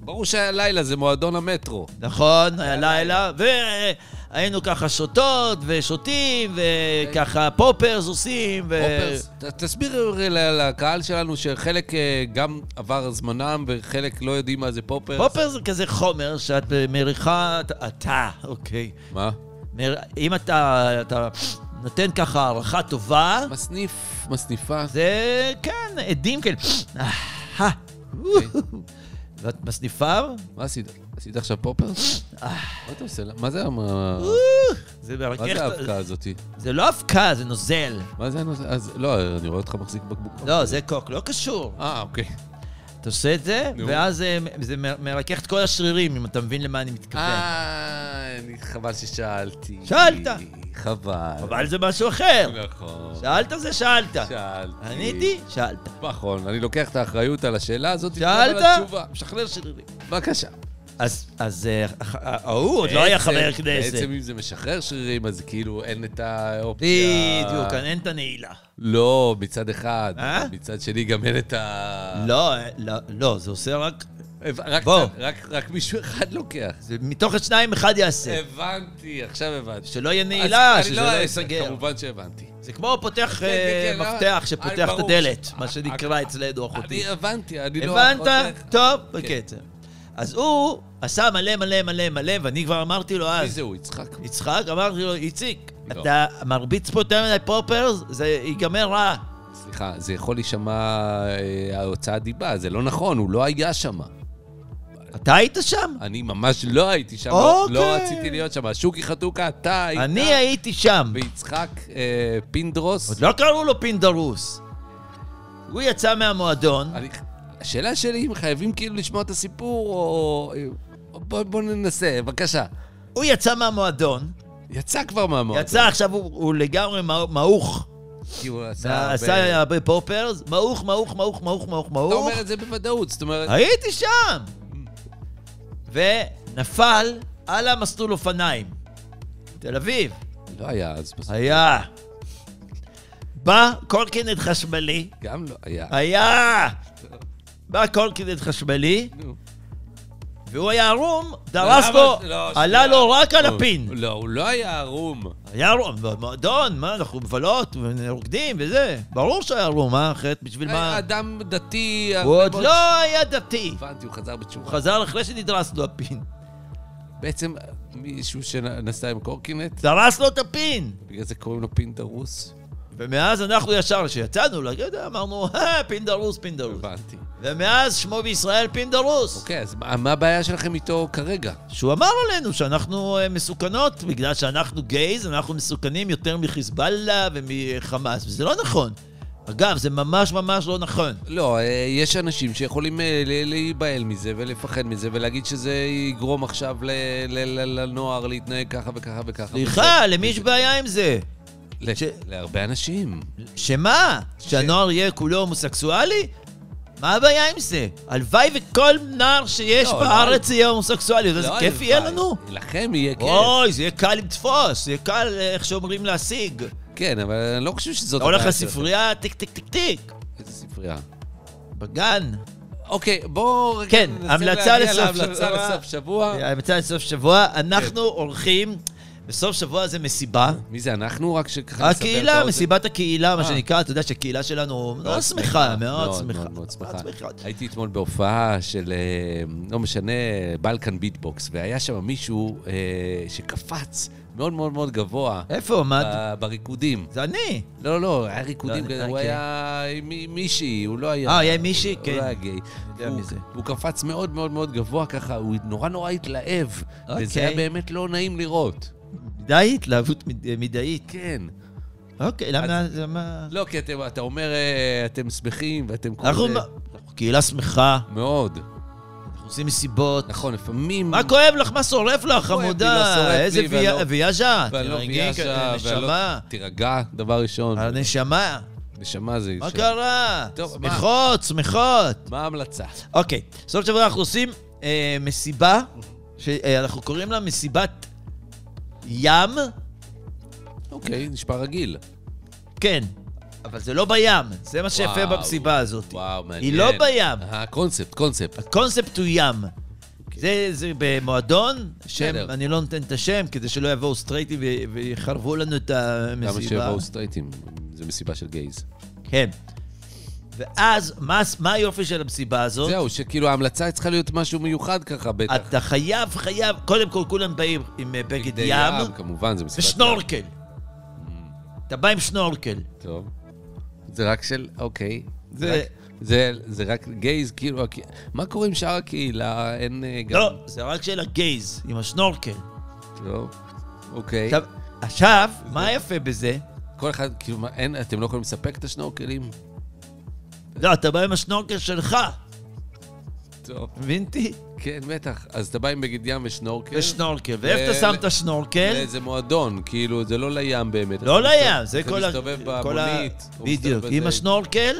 S3: ברור שהיה לילה, זה מועדון המטרו.
S2: נכון, היה לילה, והיינו ככה שותות ושותים, וככה פופרס עושים, ו...
S3: הופרס, ת- תסביר אה, ל- לקהל שלנו שחלק אה, גם עבר זמנם וחלק לא יודעים מה זה פופרס.
S2: פופר זה כזה חומר שאת מריחה, אתה- אתה, אוקיי.
S3: מה?
S2: מר- אם אתה אתה נותן ככה הערכה טובה,
S3: מסניף, מסניפה.
S2: זה כן, עדים כאלה. אה, ואת מסניפה,
S3: מה עשית? עשית עכשיו פופרס?
S2: אה.
S3: מה אתה עושה? מה זה מה-
S2: זה
S3: מה זה
S2: מרכך,
S3: ההבקעה הזאתי?
S2: זה לא אבקה, זה נוזל.
S3: מה זה הנושא? אז לא, אני רואה אותך מחזיק בקבוק.
S2: לא, זה קוק, לא קשור.
S3: אה, אוקיי.
S2: אתה עושה את זה,
S3: נו.
S2: ואז אה, זה מ- מרכך את כל השרירים, אם אתה מבין למה אני מתכוון.
S3: אה, אני- חבל ששאלתי.
S2: שאלת.
S3: חבל.
S2: אבל זה משהו אחר.
S3: נכון.
S2: שאלת זה שאלת.
S3: שאלתי.
S2: עניתי, שאלת.
S3: נכון, אני לוקח את האחריות על השאלה הזאת. אבל על
S2: שאלת,
S3: התשובה.
S2: משחרר שרירים.
S3: בבקשה.
S2: אז, אז אה, הח- ההוא עוד לא היה
S3: בעצם-
S2: חבר כנסת.
S3: בעצם אם זה משחרר שרירים, אז כאילו אין את האופציה. אה.
S2: בדיוק, אין את הנעילה.
S3: לא, מצד אחד.
S2: אה?
S3: מצד שני גם אין את ה...
S2: לא, אה, לא, לא, זה עושה רק...
S3: רק-
S2: בוא.
S3: רק- רק מישהו אחד לוקח.
S2: זה מתוך השניים אחד
S3: אה,
S2: יעשה.
S3: הבנתי, עכשיו הבנתי.
S2: שלא יהיה נעילה,
S3: אז
S2: שזה
S3: אני
S2: לא
S3: אעשה,
S2: ייסגר.
S3: כמובן שהבנתי.
S2: זה כמו פותח
S3: כן,
S2: אה,
S3: כן, כן,
S2: מפתח
S3: לא,
S2: שפותח
S3: אני-
S2: את
S3: ברור.
S2: הדלת, מה
S3: אה,
S2: שנקרא אצלנו אחותי.
S3: אני הבנתי, אני לא...
S2: הבנת?
S3: חותך.
S2: טוב,
S3: כן.
S2: בקצב. אז הוא עשה מלא מלא מלא מלא, ואני כבר אמרתי לו
S3: מי
S2: אז,
S3: זה הוא, יצחק?
S2: יצחק, אמרתי לו, איציק,
S3: לא.
S2: אתה מרביץ פה יותר מדי פופרס, זה ייגמר רע.
S3: סליחה, זה יכול להישמע אה, הוצאת דיבה, זה לא נכון, הוא לא היה שם.
S2: אתה היית שם?
S3: אני ממש לא הייתי שם,
S2: אוקיי.
S3: לא רציתי להיות שם. שוקי חתוקה, אתה היית.
S2: אני הייתי שם.
S3: ויצחק אה, פינדרוס.
S2: עוד לא קראו לו פינדרוס. הוא יצא מהמועדון.
S3: אני- השאלה שלי אם חייבים כאילו לשמוע את הסיפור, או... בוא, בוא ננסה, בבקשה.
S2: הוא יצא מהמועדון,
S3: יצא כבר מהמועדון.
S2: יצא עכשיו, הוא הוא לגמרי מע- מעוך.
S3: כי הוא עשה...
S2: עשה הרבה פופרס, מעוך, מעוך, מעוך, מעוך, מעוך,
S3: אתה
S2: מעוך.
S3: אומר את זה בוודאות, זאת אומרת...
S2: הייתי שם! ונפל על המסלול אופניים. תל אביב.
S3: לא היה אז בסוף.
S2: היה. בא קורקינט חשמלי. אה.
S3: גם לא היה.
S2: היה! בא קורקינט חשמלי,
S3: נו.
S2: והוא היה ערום, דרס
S3: אבל-
S2: בו,
S3: לא,
S2: עלה
S3: שנייה.
S2: לו רק על
S3: הוא-
S2: הפין.
S3: לא, הוא לא היה ערום.
S2: היה ערום, במועדון, מה, אנחנו מבלות, רוקדים וזה. ברור שהיה ערום, מה, אחרת בשביל מה?
S3: היה אדם דתי...
S2: הוא
S3: הרבה
S2: עוד
S3: מאוד-
S2: לא היה דתי.
S3: הבנתי, הוא חזר בתשובה.
S2: הוא חזר אחרי שנדרס לו הפין.
S3: בעצם מישהו שנסע עם קורקינט,
S2: דרס לו את הפין!
S3: בגלל זה קוראים לו פינדרוס.
S2: ומאז אנחנו ישר, כשיצאנו לגדה, אמרנו, אה, פינדרוס, פינדרוס.
S3: הבנתי.
S2: ומאז שמו בישראל פינדרוס.
S3: אוקיי, אז מה מה הבעיה שלכם איתו כרגע?
S2: שהוא אמר עלינו שאנחנו אה, מסוכנות, בגלל שאנחנו גייז, אנחנו מסוכנים יותר מחיזבאללה ומחמאס, וזה לא נכון. אגב, זה ממש ממש לא נכון.
S3: לא, אה, יש אנשים שיכולים אה, ל- להיבהל מזה ולפחד מזה ולהגיד שזה יגרום עכשיו ל- ל- ל- לנוער להתנהג ככה וככה וככה.
S2: סליחה, למי יש בעיה עם זה?
S3: ל-
S2: ש-
S3: להרבה אנשים.
S2: שמה? שהנוער יהיה כולו הומוסקסואלי? מה הבעיה עם זה? הלוואי וכל נער שיש
S3: לא,
S2: בארץ יהיה הומוסקסואלי, איזה
S3: לא,
S2: כיף יהיה
S3: הלוואי. כן.
S2: לנו?
S3: לכם יהיה כיף.
S2: אוי, זה יהיה קל לתפוס, זה יהיה קל, אה, איך שאומרים, להשיג.
S3: כן, אבל אני לא חושב שזאת
S2: אתה הולך
S3: הבעיה שלכם.
S2: לספרייה, טיק טיק טיק טיק,
S3: איזה ספרייה.
S2: בגן.
S3: אוקיי, בואו רגע
S2: כן,
S3: ננסה
S2: המלצה
S3: להגיע
S2: לסוף אה.
S3: להמלצה
S2: שבוע.
S3: לסוף שבוע.
S2: המצב לסוף שבוע, אנחנו
S3: כן.
S2: הולכים, בסוף שבוע זה מסיבה.
S3: מי זה אנחנו? רק שככה נסבר אה, את
S2: הקהילה,
S3: האוזן.
S2: מסיבת הקהילה, מה
S3: אה.
S2: שנקרא, אתה יודע שהקהילה שלנו מאוד שמחה, מאוד שמחה.
S3: מאוד מאוד שמחה.
S2: מאוד שמחה.
S3: הייתי אתמול בהופעה של, אה, לא משנה, בלקן ביטבוקס, והיה שם מישהו אה, שקפץ מאוד מאוד מאוד גבוה
S2: איפה עמד?
S3: ב- בריקודים.
S2: זה אני.
S3: לא, לא, היה ריקודים,
S2: אה, לא,
S3: כאלה,
S2: אני-
S3: הוא
S2: אוקיי.
S3: היה עם מי- מישהי, הוא לא היה...
S2: אה, היה עם מישהי?
S3: הוא
S2: כן.
S3: לא היה גיי.
S2: יודע
S3: הוא-
S2: מי זה.
S3: הוא קפץ מאוד מאוד מאוד גבוה ככה, הוא נורא נורא התלהב, וזה
S2: אוקיי.
S3: היה באמת לא נעים לראות.
S2: מדי התלהבות מד- מדעית.
S3: כן.
S2: אוקיי, למה זה מה...
S3: לא, כי אתם- אתה אומר, אה, אתם שמחים ואתם... כל-
S2: אנחנו
S3: אה,
S2: אנחנו קהילה שמחה,
S3: מאוד.
S2: אנחנו עושים מסיבות.
S3: נכון, לפעמים...
S2: מה כואב לך? מה שורף לך,
S3: כואב לי, לא שורף
S2: חמודה?
S3: לי,
S2: איזה ויה-
S3: ולא-
S2: ויאז'ה?
S3: ואני לא
S2: תרגי,
S3: ביאז'ה, ואני לא...
S2: נשמה.
S3: תירגע, דבר ראשון.
S2: הנשמה.
S3: נשמה זה...
S2: מה
S3: ש-
S2: קרה?
S3: טוב, מה?
S2: שמחות, שמחות.
S3: מה ההמלצה?
S2: אוקיי, סוף שבוע אנחנו עושים אה, מסיבה, שאנחנו קוראים לה מסיבת ים. אה.
S3: אוקיי, נשמע רגיל.
S2: כן, אבל זה לא בים, זה מה שיפה
S3: וואו,
S2: במסיבה הזאת.
S3: וואו, מעניין.
S2: היא לא בים,
S3: אה, קונספט, קונספט.
S2: הקונספט הוא ים. זה, זה במועדון, שם,
S3: אוקיי. בסדר.
S2: אני לא נותן את השם, כדי שלא יבואו סטרייטים ו- ויחרבו לנו את
S3: למה
S2: המסיבה.
S3: שיבואו סטרייטים? זה מסיבה של גייז.
S2: כן. ואז, מה, מה היופי של המסיבה הזאת?
S3: זהו, שכאילו ההמלצה צריכה להיות משהו מיוחד ככה, בטח.
S2: אתה חייב, חייב, קודם כל כולם באים עם אה, בגד
S3: בגדי
S2: ים,
S3: כמובן, זה מסיבת
S2: ושנורקל. אתה בא עם שנורקל.
S3: טוב. זה רק של, אוקיי.
S2: זה-
S3: זה... זה, זה רק גייז, כאילו, הקה- מה קורה עם שאר הקהילה? אין אה, גם...
S2: לא, זה רק של הגייז, עם השנורקל.
S3: אה. טוב. אוקיי.
S2: עכשיו- עכשיו, מה יפה בזה?
S3: כל אחד, כאילו, מה, אין, אתם לא יכולים לספק את השנורקלים?
S2: לא, אתה בא עם השנורקל שלך,
S3: טוב.
S2: מבין אותי?
S3: כן, בטח. אז אתה בא עם בגד ים ושנורקל?
S2: ושנורקל. ואיפה אתה
S3: ל-
S2: שם
S3: ל-
S2: את השנורקל?
S3: לאיזה מועדון, כאילו, זה לא לים באמת.
S2: לא
S3: אתה
S2: לים,
S3: מסתובב-
S2: זה כל ה...
S3: אתה מסתובב
S2: כל ה-
S3: במונית. או
S2: בדיוק,
S3: מסתובב
S2: עם
S3: בזה.
S2: השנורקל.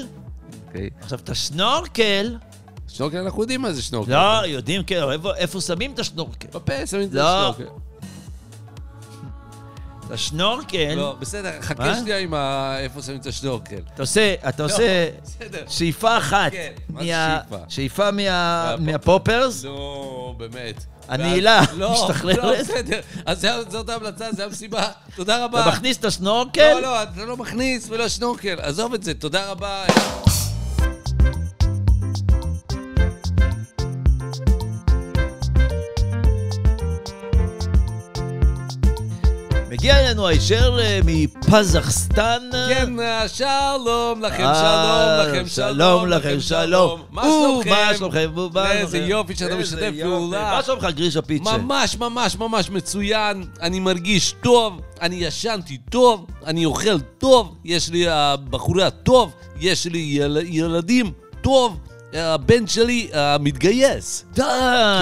S3: אוקיי.
S2: עכשיו, את השנורקל,
S3: שנורקל, אנחנו יודעים מה זה שנורקל.
S2: לא, יודעים, כן, אבל איפה- איפה שמים את השנורקל?
S3: בפה, שמים את זה
S2: לא.
S3: שנורקל.
S2: את השנורקל,
S3: לא, בסדר,
S2: מה?
S3: חכה שנייה עם ה- איפה שמים את השנורקל.
S2: אתה עושה, אתה עושה
S3: בסדר.
S2: שאיפה אחת.
S3: לא. כן, מה
S2: מה-
S3: שאיפה? לא.
S2: שאיפה מה-
S3: מהפופ-
S2: מהפופרס.
S3: נו, באמת.
S2: הנעילה
S3: ואז- לא,
S2: משתחררת.
S3: לא, בסדר. אז זה- זאת ההמלצה, זו המסיבה. תודה רבה.
S2: אתה מכניס כן. את השנורקל?
S3: לא, לא, אתה לא מכניס ולא שנורקל. עזוב את זה, תודה רבה.
S2: מגיע אלינו הישר אה, מפזחסטן.
S3: כן, אה, שלום לכם,
S2: אה,
S3: שלום לכם,
S2: שלום לכם, שלום.
S3: מה
S2: או,
S3: שלומכם?
S2: מה שלומכם? או, מה
S3: איזה
S2: שלומכם?
S3: יופי שאתה
S2: איזה
S3: משתף
S2: יופי.
S3: פעולה.
S2: מה שלומך, גרישה פיצ'ה?
S3: ממש, ממש, ממש מצוין. אני מרגיש טוב, אני ישנתי טוב, אני אוכל טוב, יש לי אה, בחורה טוב, יש לי יל... ילדים טוב. אה, הבן שלי אה, מתגייס.
S2: די,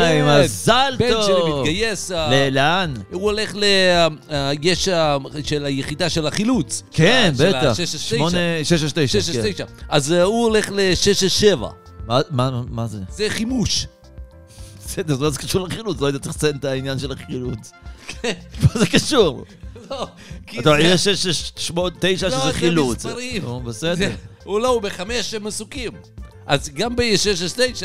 S3: כן,
S2: מזל טוב.
S3: בן שלי מתגייס. אה,
S2: ל- לאן?
S3: הוא הולך ל... אה, אה, יש אה, של היחידה של החילוץ.
S2: כן,
S3: אה, של ה-
S2: בטח.
S3: 669.
S2: שמונה- כן. 669,
S3: 669. אז אה, הוא הולך ל-667.
S2: כן. מה- מה- מה זה?
S3: זה חימוש.
S2: בסדר, זה לא זה קשור לחילוץ, לא היית צריך לציין את העניין של החילוץ. מה זה קשור?
S3: לא, כן. כי
S2: אתה
S3: זה-
S2: רואה, יש 669
S3: לא,
S2: שזה
S3: זה
S2: חילוץ.
S3: מספרים.
S2: נו,
S3: זה-
S2: בסדר.
S3: הוא לא, הוא בחמש מסוקים. אז גם ב-669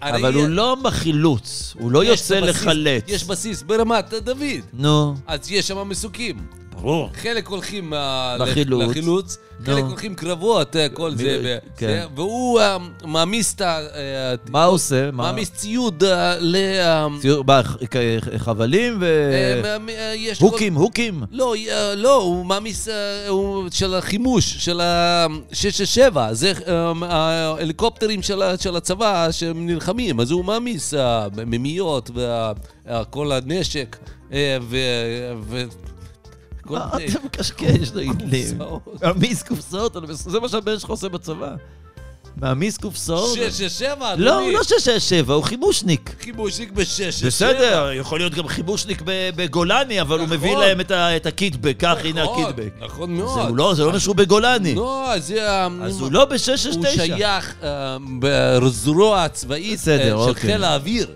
S3: הרי
S2: אבל הוא
S3: יש-
S2: לא מחילוץ, הוא לא
S3: יש
S2: יוצא
S3: בסיס-
S2: לחלץ.
S3: יש בסיס ברמת דוד.
S2: נו,
S3: אז יש שם מסוקים.
S2: ברור.
S3: חלק הולכים אה,
S2: לחילוץ.
S3: לחילוץ
S2: נו.
S3: חלק הולכים קרבות, אה, כל זה,
S2: מי-
S3: ו-
S2: כן.
S3: זה, והוא אה, מעמיס את ה... אה,
S2: מה הוא עושה? מה-
S3: מעמיס ציוד אה, ל... אה,
S2: ציור- מה, כ- כ- חבלים ו...
S3: אה, מה- מי- אה, יש כל-
S2: הוקים, הוקים.
S3: לא, אה, לא, הוא מעמיס, אה, הוא של החימוש, של ה-667, זה אה, ההליקופטרים של ה- של הצבא שהם נלחמים, אז הוא מעמיס אה, מימיות וכל הנשק אה, ו... ו- כל
S2: מה
S3: זה.
S2: אתה מקשקש, תגיד לי?
S3: קופסאות.
S2: מעמיס קופסאות? אבל זה מה שהבן שלך עושה בצבא. מעמיס קופסאות?
S3: 667, אדוני.
S2: לא, הוא לא 667, הוא חימושניק.
S3: חימושיק ב-667.
S2: בסדר, יכול להיות גם חיבושניק ב- בגולני, אבל הוא
S3: נכון.
S2: מביא להם את ה- את הקיטבג, קח, הנה הקיטבג.
S3: נכון מאוד.
S2: זה הוא לא- זה לא אומר שהוא בגולני.
S3: לא, זה... ה-
S2: אז הוא לא
S3: הוא
S2: ב-669.
S3: שייך אה, בזרוע הצבאית
S2: בסדר,
S3: אה, של
S2: אוקיי.
S3: חיל האוויר.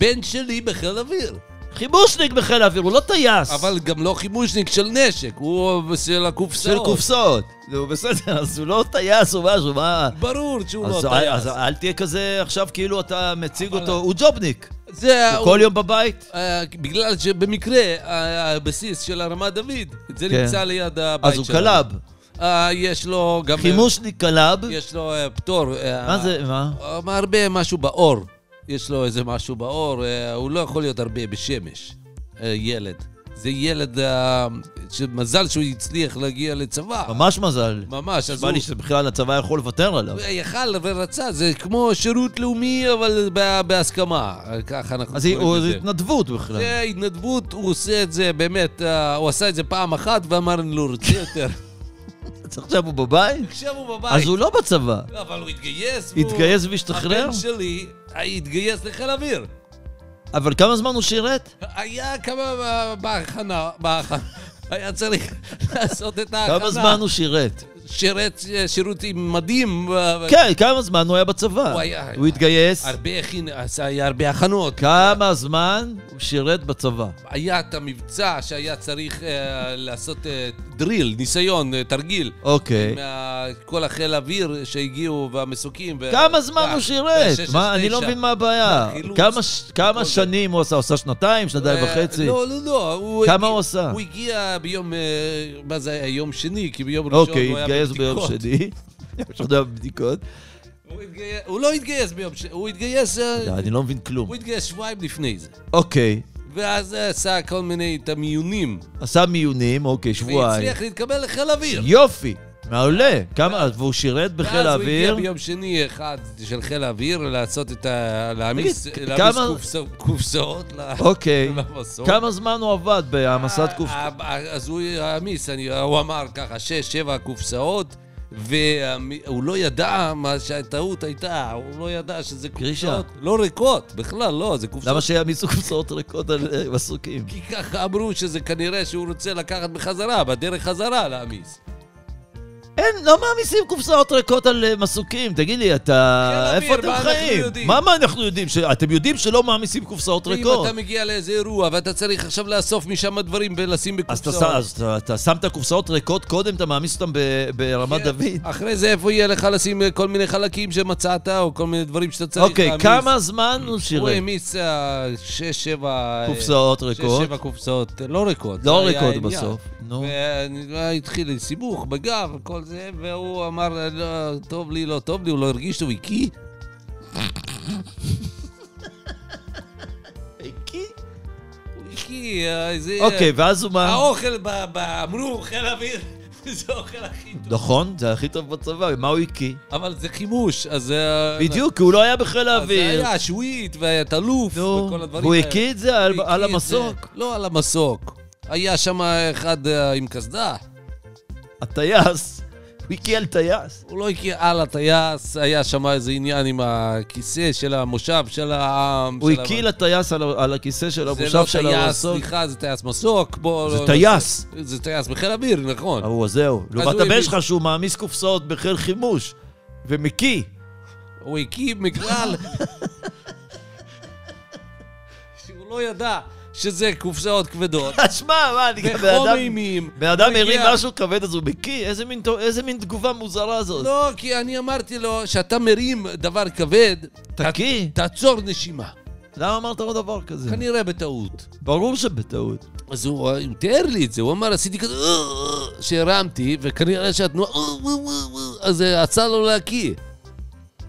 S3: בן שלי בחיל האוויר.
S2: חיבושניק בחיל האוויר, הוא לא טייס.
S3: אבל גם לא חימושניק של נשק, הוא של הקופסאות.
S2: של קופסאות. הוא בסדר, אז הוא לא טייס או משהו, מה...
S3: ברור שהוא לא
S2: אז אה,
S3: טייס.
S2: אז אל תהיה כזה עכשיו כאילו אתה מציג
S3: אבל-
S2: אותו, הוא ג'ובניק.
S3: זה...
S2: הוא
S3: הוא-
S2: כל יום בבית.
S3: אה, בגלל שבמקרה אה, הבסיס של הרמת דוד, זה
S2: כן.
S3: נמצא ליד הבית
S2: אז
S3: שלנו.
S2: הוא קלב.
S3: אה, יש לו גם... אה,
S2: חימושניק קלב.
S3: יש לו אה, פטור. אה,
S2: מה זה, מה?
S3: אה, הרבה משהו באור. יש לו איזה משהו באור, אה, הוא לא יכול להיות הרבה בשמש, אה, ילד. זה ילד, אה, שמזל שהוא הצליח להגיע לצבא.
S2: ממש מזל.
S3: ממש, אז
S2: נשמע
S3: הוא...
S2: לי שבכלל הצבא יכול לוותר עליו.
S3: הוא יכל ורצה, זה כמו שירות לאומי, אבל ב- בהסכמה. אה, ככה אנחנו
S2: אז היא- הוא-
S3: קוראים
S2: זה
S3: לזה.
S2: התנדבות בכלל.
S3: זה התנדבות, הוא עושה את זה באמת, אה, הוא עשה את זה פעם אחת ואמר, אני לא רוצה יותר.
S2: אז עכשיו הוא בבית?
S3: עכשיו הוא בבית.
S2: אז הוא לא בצבא.
S3: לא, אבל הוא התגייס. והוא-
S2: התגייס והשתחרר?
S3: הבן שלי אה, התגייס לחיל האוויר.
S2: אבל כמה זמן הוא שירת?
S3: היה כמה ב- בהכנה, בהכנה. היה צריך לעשות את ההכנה.
S2: כמה זמן הוא שירת?
S3: שירת אה, שירות עם מדים. ו-
S2: כן, כמה זמן הוא היה בצבא?
S3: הוא היה-
S2: הוא התגייס?
S3: הרבה הכין, עשה- היה הרבה הכנות.
S2: כמה זמן הוא שירת בצבא?
S3: היה את המבצע שהיה צריך אה, לעשות אה, דריל, ניסיון, אה, תרגיל.
S2: אוקיי.
S3: עם אה, ה- כל החיל האוויר שהגיעו והמסוקים. ו-
S2: כמה זמן
S3: אה,
S2: הוא שירת?
S3: וה-
S2: מה, אני לא
S3: 669.
S2: מבין מה הבעיה.
S3: החילוץ,
S2: כמה ש- כמה
S3: כל זה.
S2: שנים הוא עשה? עושה שנתיים? שנתיים
S3: לא אה,
S2: וחצי?
S3: לא, לא, לא. הוא
S2: כמה
S3: הגיע-
S2: הוא עשה?
S3: הוא הגיע ביום, אה, מה זה היה? יום שני, כי ביום ראשון הוא לא היה
S2: אוקיי, התגייס ביום
S3: בבדיקות.
S2: שני. יש עוד בדיקות.
S3: הוא התגייס- הוא לא התגייס ביום ש... הוא התגייס... אה,
S2: אני לא מבין כלום.
S3: הוא התגייס שבועיים לפני זה.
S2: אוקיי,
S3: ואז אה, עשה כל מיני את המיונים.
S2: עשה מיונים, אוקיי, שבועיים.
S3: והצליח להתקבל לחיל האוויר.
S2: יופי, מעולה. כמה, והוא שירת בחיל
S3: אה, ואז הוא
S2: האוויר?
S3: הגיע ביום שני אחד של חיל האוויר לעשות את ה... להעמיס
S2: תגיד,
S3: להעמיס
S2: כמה-
S3: קופסא- קופסאות ל-
S2: אוקיי.
S3: למסוק.
S2: כמה זמן הוא עבד בהעמסת קופ...
S3: ה- ה- אז הוא העמיס, אני- הוא אמר ככה, שש, שבע קופסאות. והוא לא ידע מה שהטעות הייתה, הוא לא ידע שזה
S2: גרישה.
S3: קופסאות לא ריקות, בכלל לא, זה קופסאות
S2: למה שיעמיסו קופסאות ריקות על אה, מסוקים?
S3: כי ככה אמרו שזה כנראה שהוא רוצה לקחת בחזרה, בדרך חזרה להעמיס.
S2: אין, לא מעמיסים קופסאות ריקות על אה, מסוקים. תגיד לי, אתה...
S3: חיל
S2: איפה
S3: אוויר,
S2: אתם
S3: כן, מה אנחנו
S2: חיים?
S3: יודעים?
S2: מה, מה אנחנו יודעים? ש- אתם יודעים שלא מעמיסים קופסאות
S3: אם
S2: ריקות.
S3: אתה מגיע לאיזה אירוע ואתה צריך עכשיו לאסוף משם דברים ולשים
S2: אז אתה
S3: בקופסאות.
S2: שם- אז אתה- אתה שם את הקופסאות ריקות קודם, אתה מעמיס אותן ב- ברמת
S3: כן.
S2: דוד.
S3: אחרי זה איפה יהיה לך לשים אה, כל מיני חלקים שמצאת או כל מיני דברים שאתה צריך
S2: אוקיי,
S3: להעמיס.
S2: כמה זמן הוא
S3: הוא
S2: שירת?
S3: העמיס אה, שש, שבע... אה,
S2: קופסאות
S3: שש,
S2: ריקות.
S3: שבע קופסאות, אה, לא ריקות.
S2: לא
S3: זה היה
S2: ריקות
S3: העניין.
S2: בסוף. נו.
S3: והתחיל לי סיבוך בגב וכל זה, והוא אמר, "אה, לא, טוב לי, לא טוב לי, הוא לא הרגיש שהוא הקיא. הוא הקיא, אה, זה...
S2: אוקיי, ואז הוא מה?
S3: האוכל, ב- ב- אמרו, חיל האוויר, זה האוכל הכי טוב.
S2: נכון, זה הכי טוב בצבא, מה הוא הקיא?
S3: אבל זה חימוש, אז... אה,
S2: בדיוק, כי הוא לא היה בחיל
S3: אז אה, זה
S2: האוויר.
S3: היה שווית והתלוף
S2: נו,
S3: וכל הדברים
S2: והוא
S3: האלה.
S2: הקיא את זה על-
S3: הוא
S2: על
S3: הקיא את זה-
S2: המסוק.
S3: לא על המסוק. היה שם אחד אה, עם קסדה.
S2: הטייס, הוא הקיא על טייס.
S3: הוא לא הקיא על הטייס, היה שם איזה עניין עם הכיסא של המושב של העם.
S2: הוא
S3: של
S2: הקיא
S3: ה-
S2: לטייס על ה- על הכיסא של
S3: זה
S2: המושב
S3: לא
S2: של
S3: טייס,
S2: המסוק.
S3: סליחה, זה טייס מסוק. בוא,
S2: זה
S3: לא-
S2: טייס.
S3: זה טייס בחיל האוויר, נכון.
S2: ההוא, אז זהו. לעומת
S3: הוא
S2: הבן
S3: הביא-
S2: שלך שהוא מעמיס קופסאות בחיל חימוש, ומקיא.
S3: הוא הקים בגלל שהוא לא ידע שזה קופסאות כבדות,
S2: שמע, מה, אני גם בן
S3: וחום
S2: אדם...
S3: אימים.
S2: בן אדם
S3: מגיע-
S2: הרים משהו כבד אז הוא מקיא? איזה מין טו- איזה מין תגובה מוזרה זאת.
S3: לא, כי אני אמרתי לו, שאתה מרים דבר כבד,
S2: תקיא.
S3: ת- תעצור נשימה.
S2: למה אמרת לו דבר כזה?
S3: כנראה בטעות.
S2: ברור שבטעות.
S3: אז הוא הוא תיאר לי את זה, הוא אמר, עשיתי כזה, "אה", שהרמתי, וכנראה שהתנועה, "אה, אה, אה, אה", אז זה עצר לו להקיא.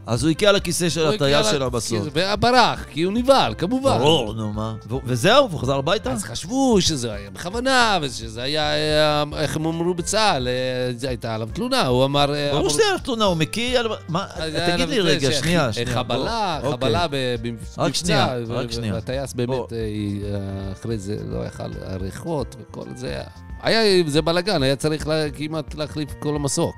S2: אז הוא הקיא על הכיסא של
S3: הוא
S2: הטייס
S3: הגיע
S2: שלה
S3: ל-
S2: בסוף.
S3: וברח, כי הוא נבהל, כמובן.
S2: ברור, נו מה. ו- וזהו, והוא חזר הביתה?
S3: אז חשבו שזה היה בכוונה, ושזה היה, אה, איך הם אמרו בצה"ל, אה, זה הייתה עליו תלונה, הוא אמר... אה,
S2: ברור
S3: אמרו-
S2: שזה היה תלונה, הוא מקיא על... מה?
S3: אז היה
S2: תגיד
S3: עליו
S2: לי
S3: אה, זה
S2: רגע,
S3: ש-
S2: שנייה, שנייה.
S3: חבלה,
S2: בוא.
S3: חבלה
S2: אוקיי.
S3: ב- במבצע,
S2: רק שנייה,
S3: ו-
S2: רק
S3: ו-
S2: שנייה.
S3: והטייס
S2: בוא.
S3: באמת, אה, אה, אחרי זה לא יכל עריכות וכל זה. היה, זה בלאגן, היה צריך לה- כמעט להחליף כל המסוק.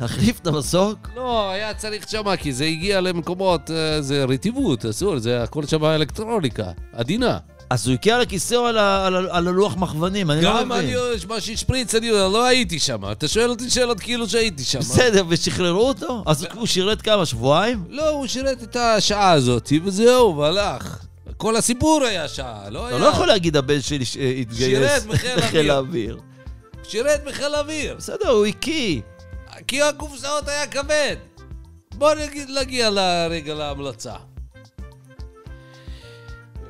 S2: להחליף אוקיי, את המסוק?
S3: לא, היה צריך שמה, כי זה הגיע למקומות, אה, זה רטיבות, אסור, זה הכל שמה אלקטרוניקה, עדינה.
S2: אז הוא הקיא על הכיסא או על ה- על ה- על הלוח מכוונים? אני לא
S3: גם
S2: מבין.
S3: אני, מה שהשפריץ, אני לא הייתי שם. אתה שואל אותי שאלות כאילו שהייתי שם.
S2: בסדר, ושחררו אותו? אז הוא שירת כמה, שבועיים?
S3: לא, הוא שירת את השעה הזאת, וזהו, והלך. כל הסיפור היה שעה, לא היה...
S2: אתה לא יכול להגיד הבן שלי ש- אה, התגייס
S3: שירת בחיל
S2: לחיל
S3: האוויר.
S2: האוויר.
S3: שירת בחיל האוויר,
S2: בסדר, הוא הקיא.
S3: כי הקופסאות היה כבד. בוא נגיד, נגיע לרגע להמלצה.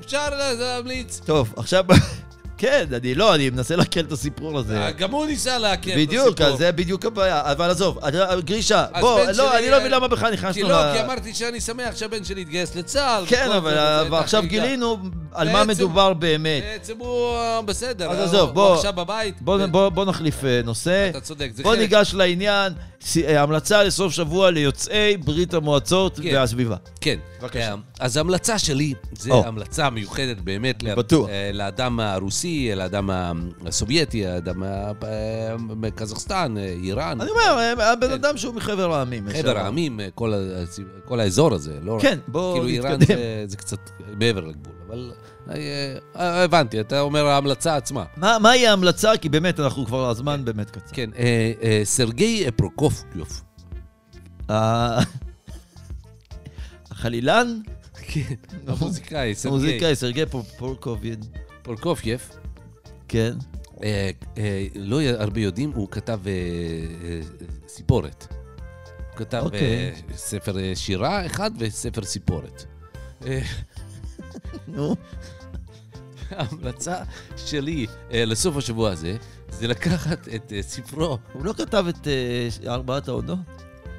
S3: אפשר לה- להמליץ...
S2: טוב, עכשיו... כן, אני לא, אני מנסה להקל את הסיפור הזה.
S3: גם הוא ניסה להקל אה, כן, את הסיפור.
S2: בדיוק, אז זה בדיוק הבעיה. אבל עזוב, אני- גרישה,
S3: אז
S2: בוא,
S3: בן
S2: לא,
S3: שלי- אה,
S2: אני לא מבין למה בכלל נכנסנו
S3: כי
S2: ל...
S3: לא, כי אמרתי שאני שמח שהבן שלי התגייס לצה"ל.
S2: כן,
S3: וכל זה,
S2: אבל
S3: וזה,
S2: עכשיו
S3: והחגיגה.
S2: גילינו על מה
S3: בעצם-
S2: מדובר באמת.
S3: בעצם הוא אה, בסדר,
S2: אז
S3: אה,
S2: עזוב,
S3: הוא
S2: בוא-
S3: עכשיו בבית.
S2: בוא-
S3: ו-
S2: בוא בוא נחליף אה, נושא.
S3: אתה צודק, זה
S2: בוא
S3: חלק.
S2: ניגש לעניין, ס- אה, המלצה לסוף שבוע ליוצאי ברית המועצות
S3: כן.
S2: והסביבה.
S3: כן.
S2: בבקשה.
S3: אה, אז ההמלצה שלי, זו
S2: או.
S3: המלצה מיוחדת באמת ל-
S2: בטוח.
S3: אה, לאדם הרוסי, לאדם הסובייטי, לאדם ה- אה, מקזחסטן, אה, איראן,
S2: אני אומר, אה, הבן אדם שהוא מחבר העמים.
S3: כן. חבר
S2: ישר.
S3: העמים, אה, כל ה- כל האזור הזה, לא רק...
S2: כן, בוא
S3: כאילו איראן
S2: נתקדם.
S3: זה- זה קצת מעבר לגבול, אבל אה, אה, הבנתי, אתה אומר ההמלצה עצמה.
S2: מה- מהי ההמלצה? כי באמת, אנחנו כבר, הזמן באמת קצר.
S3: כן, אה, אה, סרגי פרוקופיוב. כן.
S2: ה- אה, החלילן?
S3: כן, המוזיקאי, סרגי
S2: המוזיקאי סרגי פורקוביד.
S3: פרוקופייב.
S2: כן.
S3: אה, אה, לא י- הרבה יודעים, הוא כתב אה, אה, סיפורת. הוא כתב
S2: אוקיי.
S3: אה, ספר אה, שירה אחד וספר סיפורת. אה,
S2: נו.
S3: ההמלצה שלי אה, לסוף השבוע הזה, זה לקחת את אה, ספרו,
S2: הוא לא כתב את אה, ש- ארבעת העונות?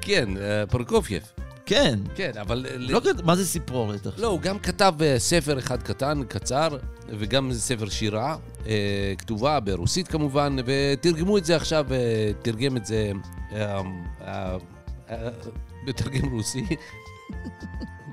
S3: כן, אה, פרקופייב,
S2: כן.
S3: כן, אבל... אה, ל-
S2: לא כת- מה זה סיפורת עכשיו?
S3: לא, הוא גם כתב אה, ספר אחד קטן, קצר, וגם ספר שירה, אה, כתובה ברוסית כמובן, ותרגמו את זה עכשיו, אה, תרגם את זה, אה, אה, אה, בתרגם רוסי.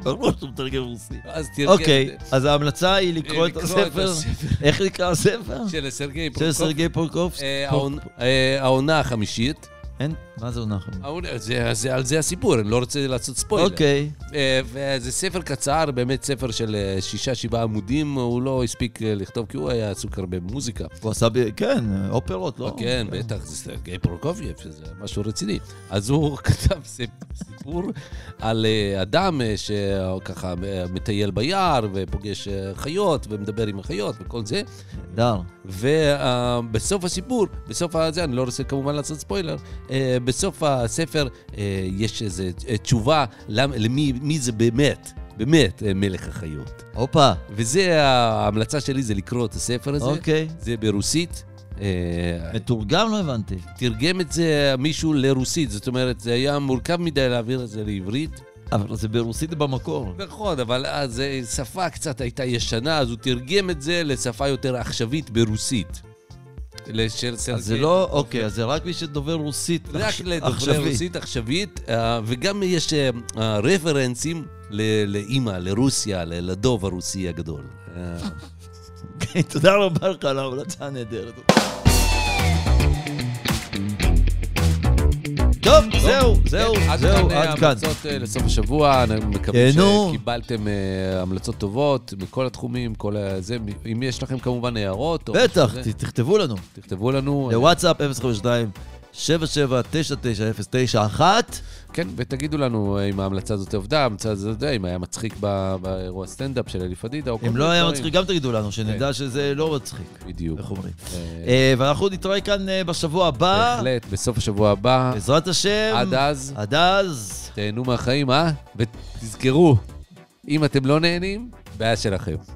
S3: לא,
S2: ברור שהוא מתרגם רוסי.
S3: אז תרגם
S2: אוקיי,
S3: את
S2: אז ההמלצה היא לקרוא
S3: אה,
S2: את
S3: לקרוא את
S2: הספר.
S3: הספר.
S2: איך נקרא הספר?
S3: זה של סרגי
S2: של
S3: פרוקופ.
S2: סרגי פורקובסקי.
S3: אה,
S2: פור-
S3: העונ- אה, העונה החמישית.
S2: אין? מה זה עונה חמישית?
S3: העונה- זה- זה- על זה הסיפור, אני לא רוצה לעשות ספוילר.
S2: אוקיי.
S3: אה, וזה ספר קצר, באמת ספר של אה, שישה, שבעה עמודים, הוא לא הספיק אה, לכתוב כי הוא היה עסוק הרבה במוזיקה.
S2: הוא עשה, ב- כן, אופרות, לא?
S3: כן, בטח, זה סרגי פרוקופייב, שזה משהו רציני. אז הוא כתב סיפ- סיפור על אה, אדם אה, שככה אה, מטייל ביער ופוגש אה, חיות ומדבר עם החיות וכל זה,
S2: נהדר.
S3: ובסוף הסיפור, בסוף הזה, אני לא רוצה כמובן לעשות ספוילר, אה, בסוף הספר אה, יש איזו תשובה למ- למי מי זה באמת, באמת אה, מלך החיות.
S2: הופה.
S3: וזה, ההמלצה שלי זה לקרוא את הספר הזה.
S2: אוקיי.
S3: זה ברוסית. אה,
S2: מתורגם לא הבנתי.
S3: תרגם את זה מישהו לרוסית, זאת אומרת, זה היה מורכב מדי להעביר את זה לעברית.
S2: אבל זה ברוסית במקור.
S3: נכון, אבל אז אה, שפה קצת הייתה ישנה, אז הוא תרגם את זה לשפה יותר עכשווית ברוסית. לשל סרגי.
S2: אז זה לא, אוקיי, אז זה רק מי שדובר רוסית
S3: רק
S2: עכש-
S3: לדוברי
S2: עכשווית.
S3: רוסית עכשווית, אה, וגם יש אה, אה, רפרנסים ל- לאימא, לרוסיה, ל- לדוב הרוסי הגדול. אה,
S2: כן, תודה רבה לך על ההמלצה הנהדרת. טוב, זהו, זהו,
S3: כן,
S2: זהו, עד כאן.
S3: ההמלצות אה, לסוף השבוע, אני מקווה
S2: תהנו.
S3: שקיבלתם אה, המלצות טובות מכל התחומים, כל ה- זה. אם יש לכם כמובן הערות, או
S2: בטח,
S3: משהו כזה,
S2: ת- אה, תכתבו לנו.
S3: תכתבו לנו.
S2: לוואטסאפ 052 77 99 01
S3: כן, ותגידו לנו אה, אם ההמלצה הזאת עובדה, ההמלצה הזאת, אה, אם היה מצחיק ב- באירוע סטנדאפ של אלי פדידה, או כל
S2: אם
S3: מיני
S2: לא היה
S3: דברים.
S2: מצחיק, גם תגידו לנו, שנדע שזה לא מצחיק.
S3: בדיוק.
S2: איך אומרים?
S3: אה,
S2: אה, ואנחנו נתראה כאן אה, בשבוע הבא.
S3: בהחלט, בסוף השבוע הבא,
S2: בעזרת השם.
S3: עד אז,
S2: עד אז.
S3: תהנו מהחיים, אה? ותזכרו, אם אתם לא נהנים, בעיה שלכם.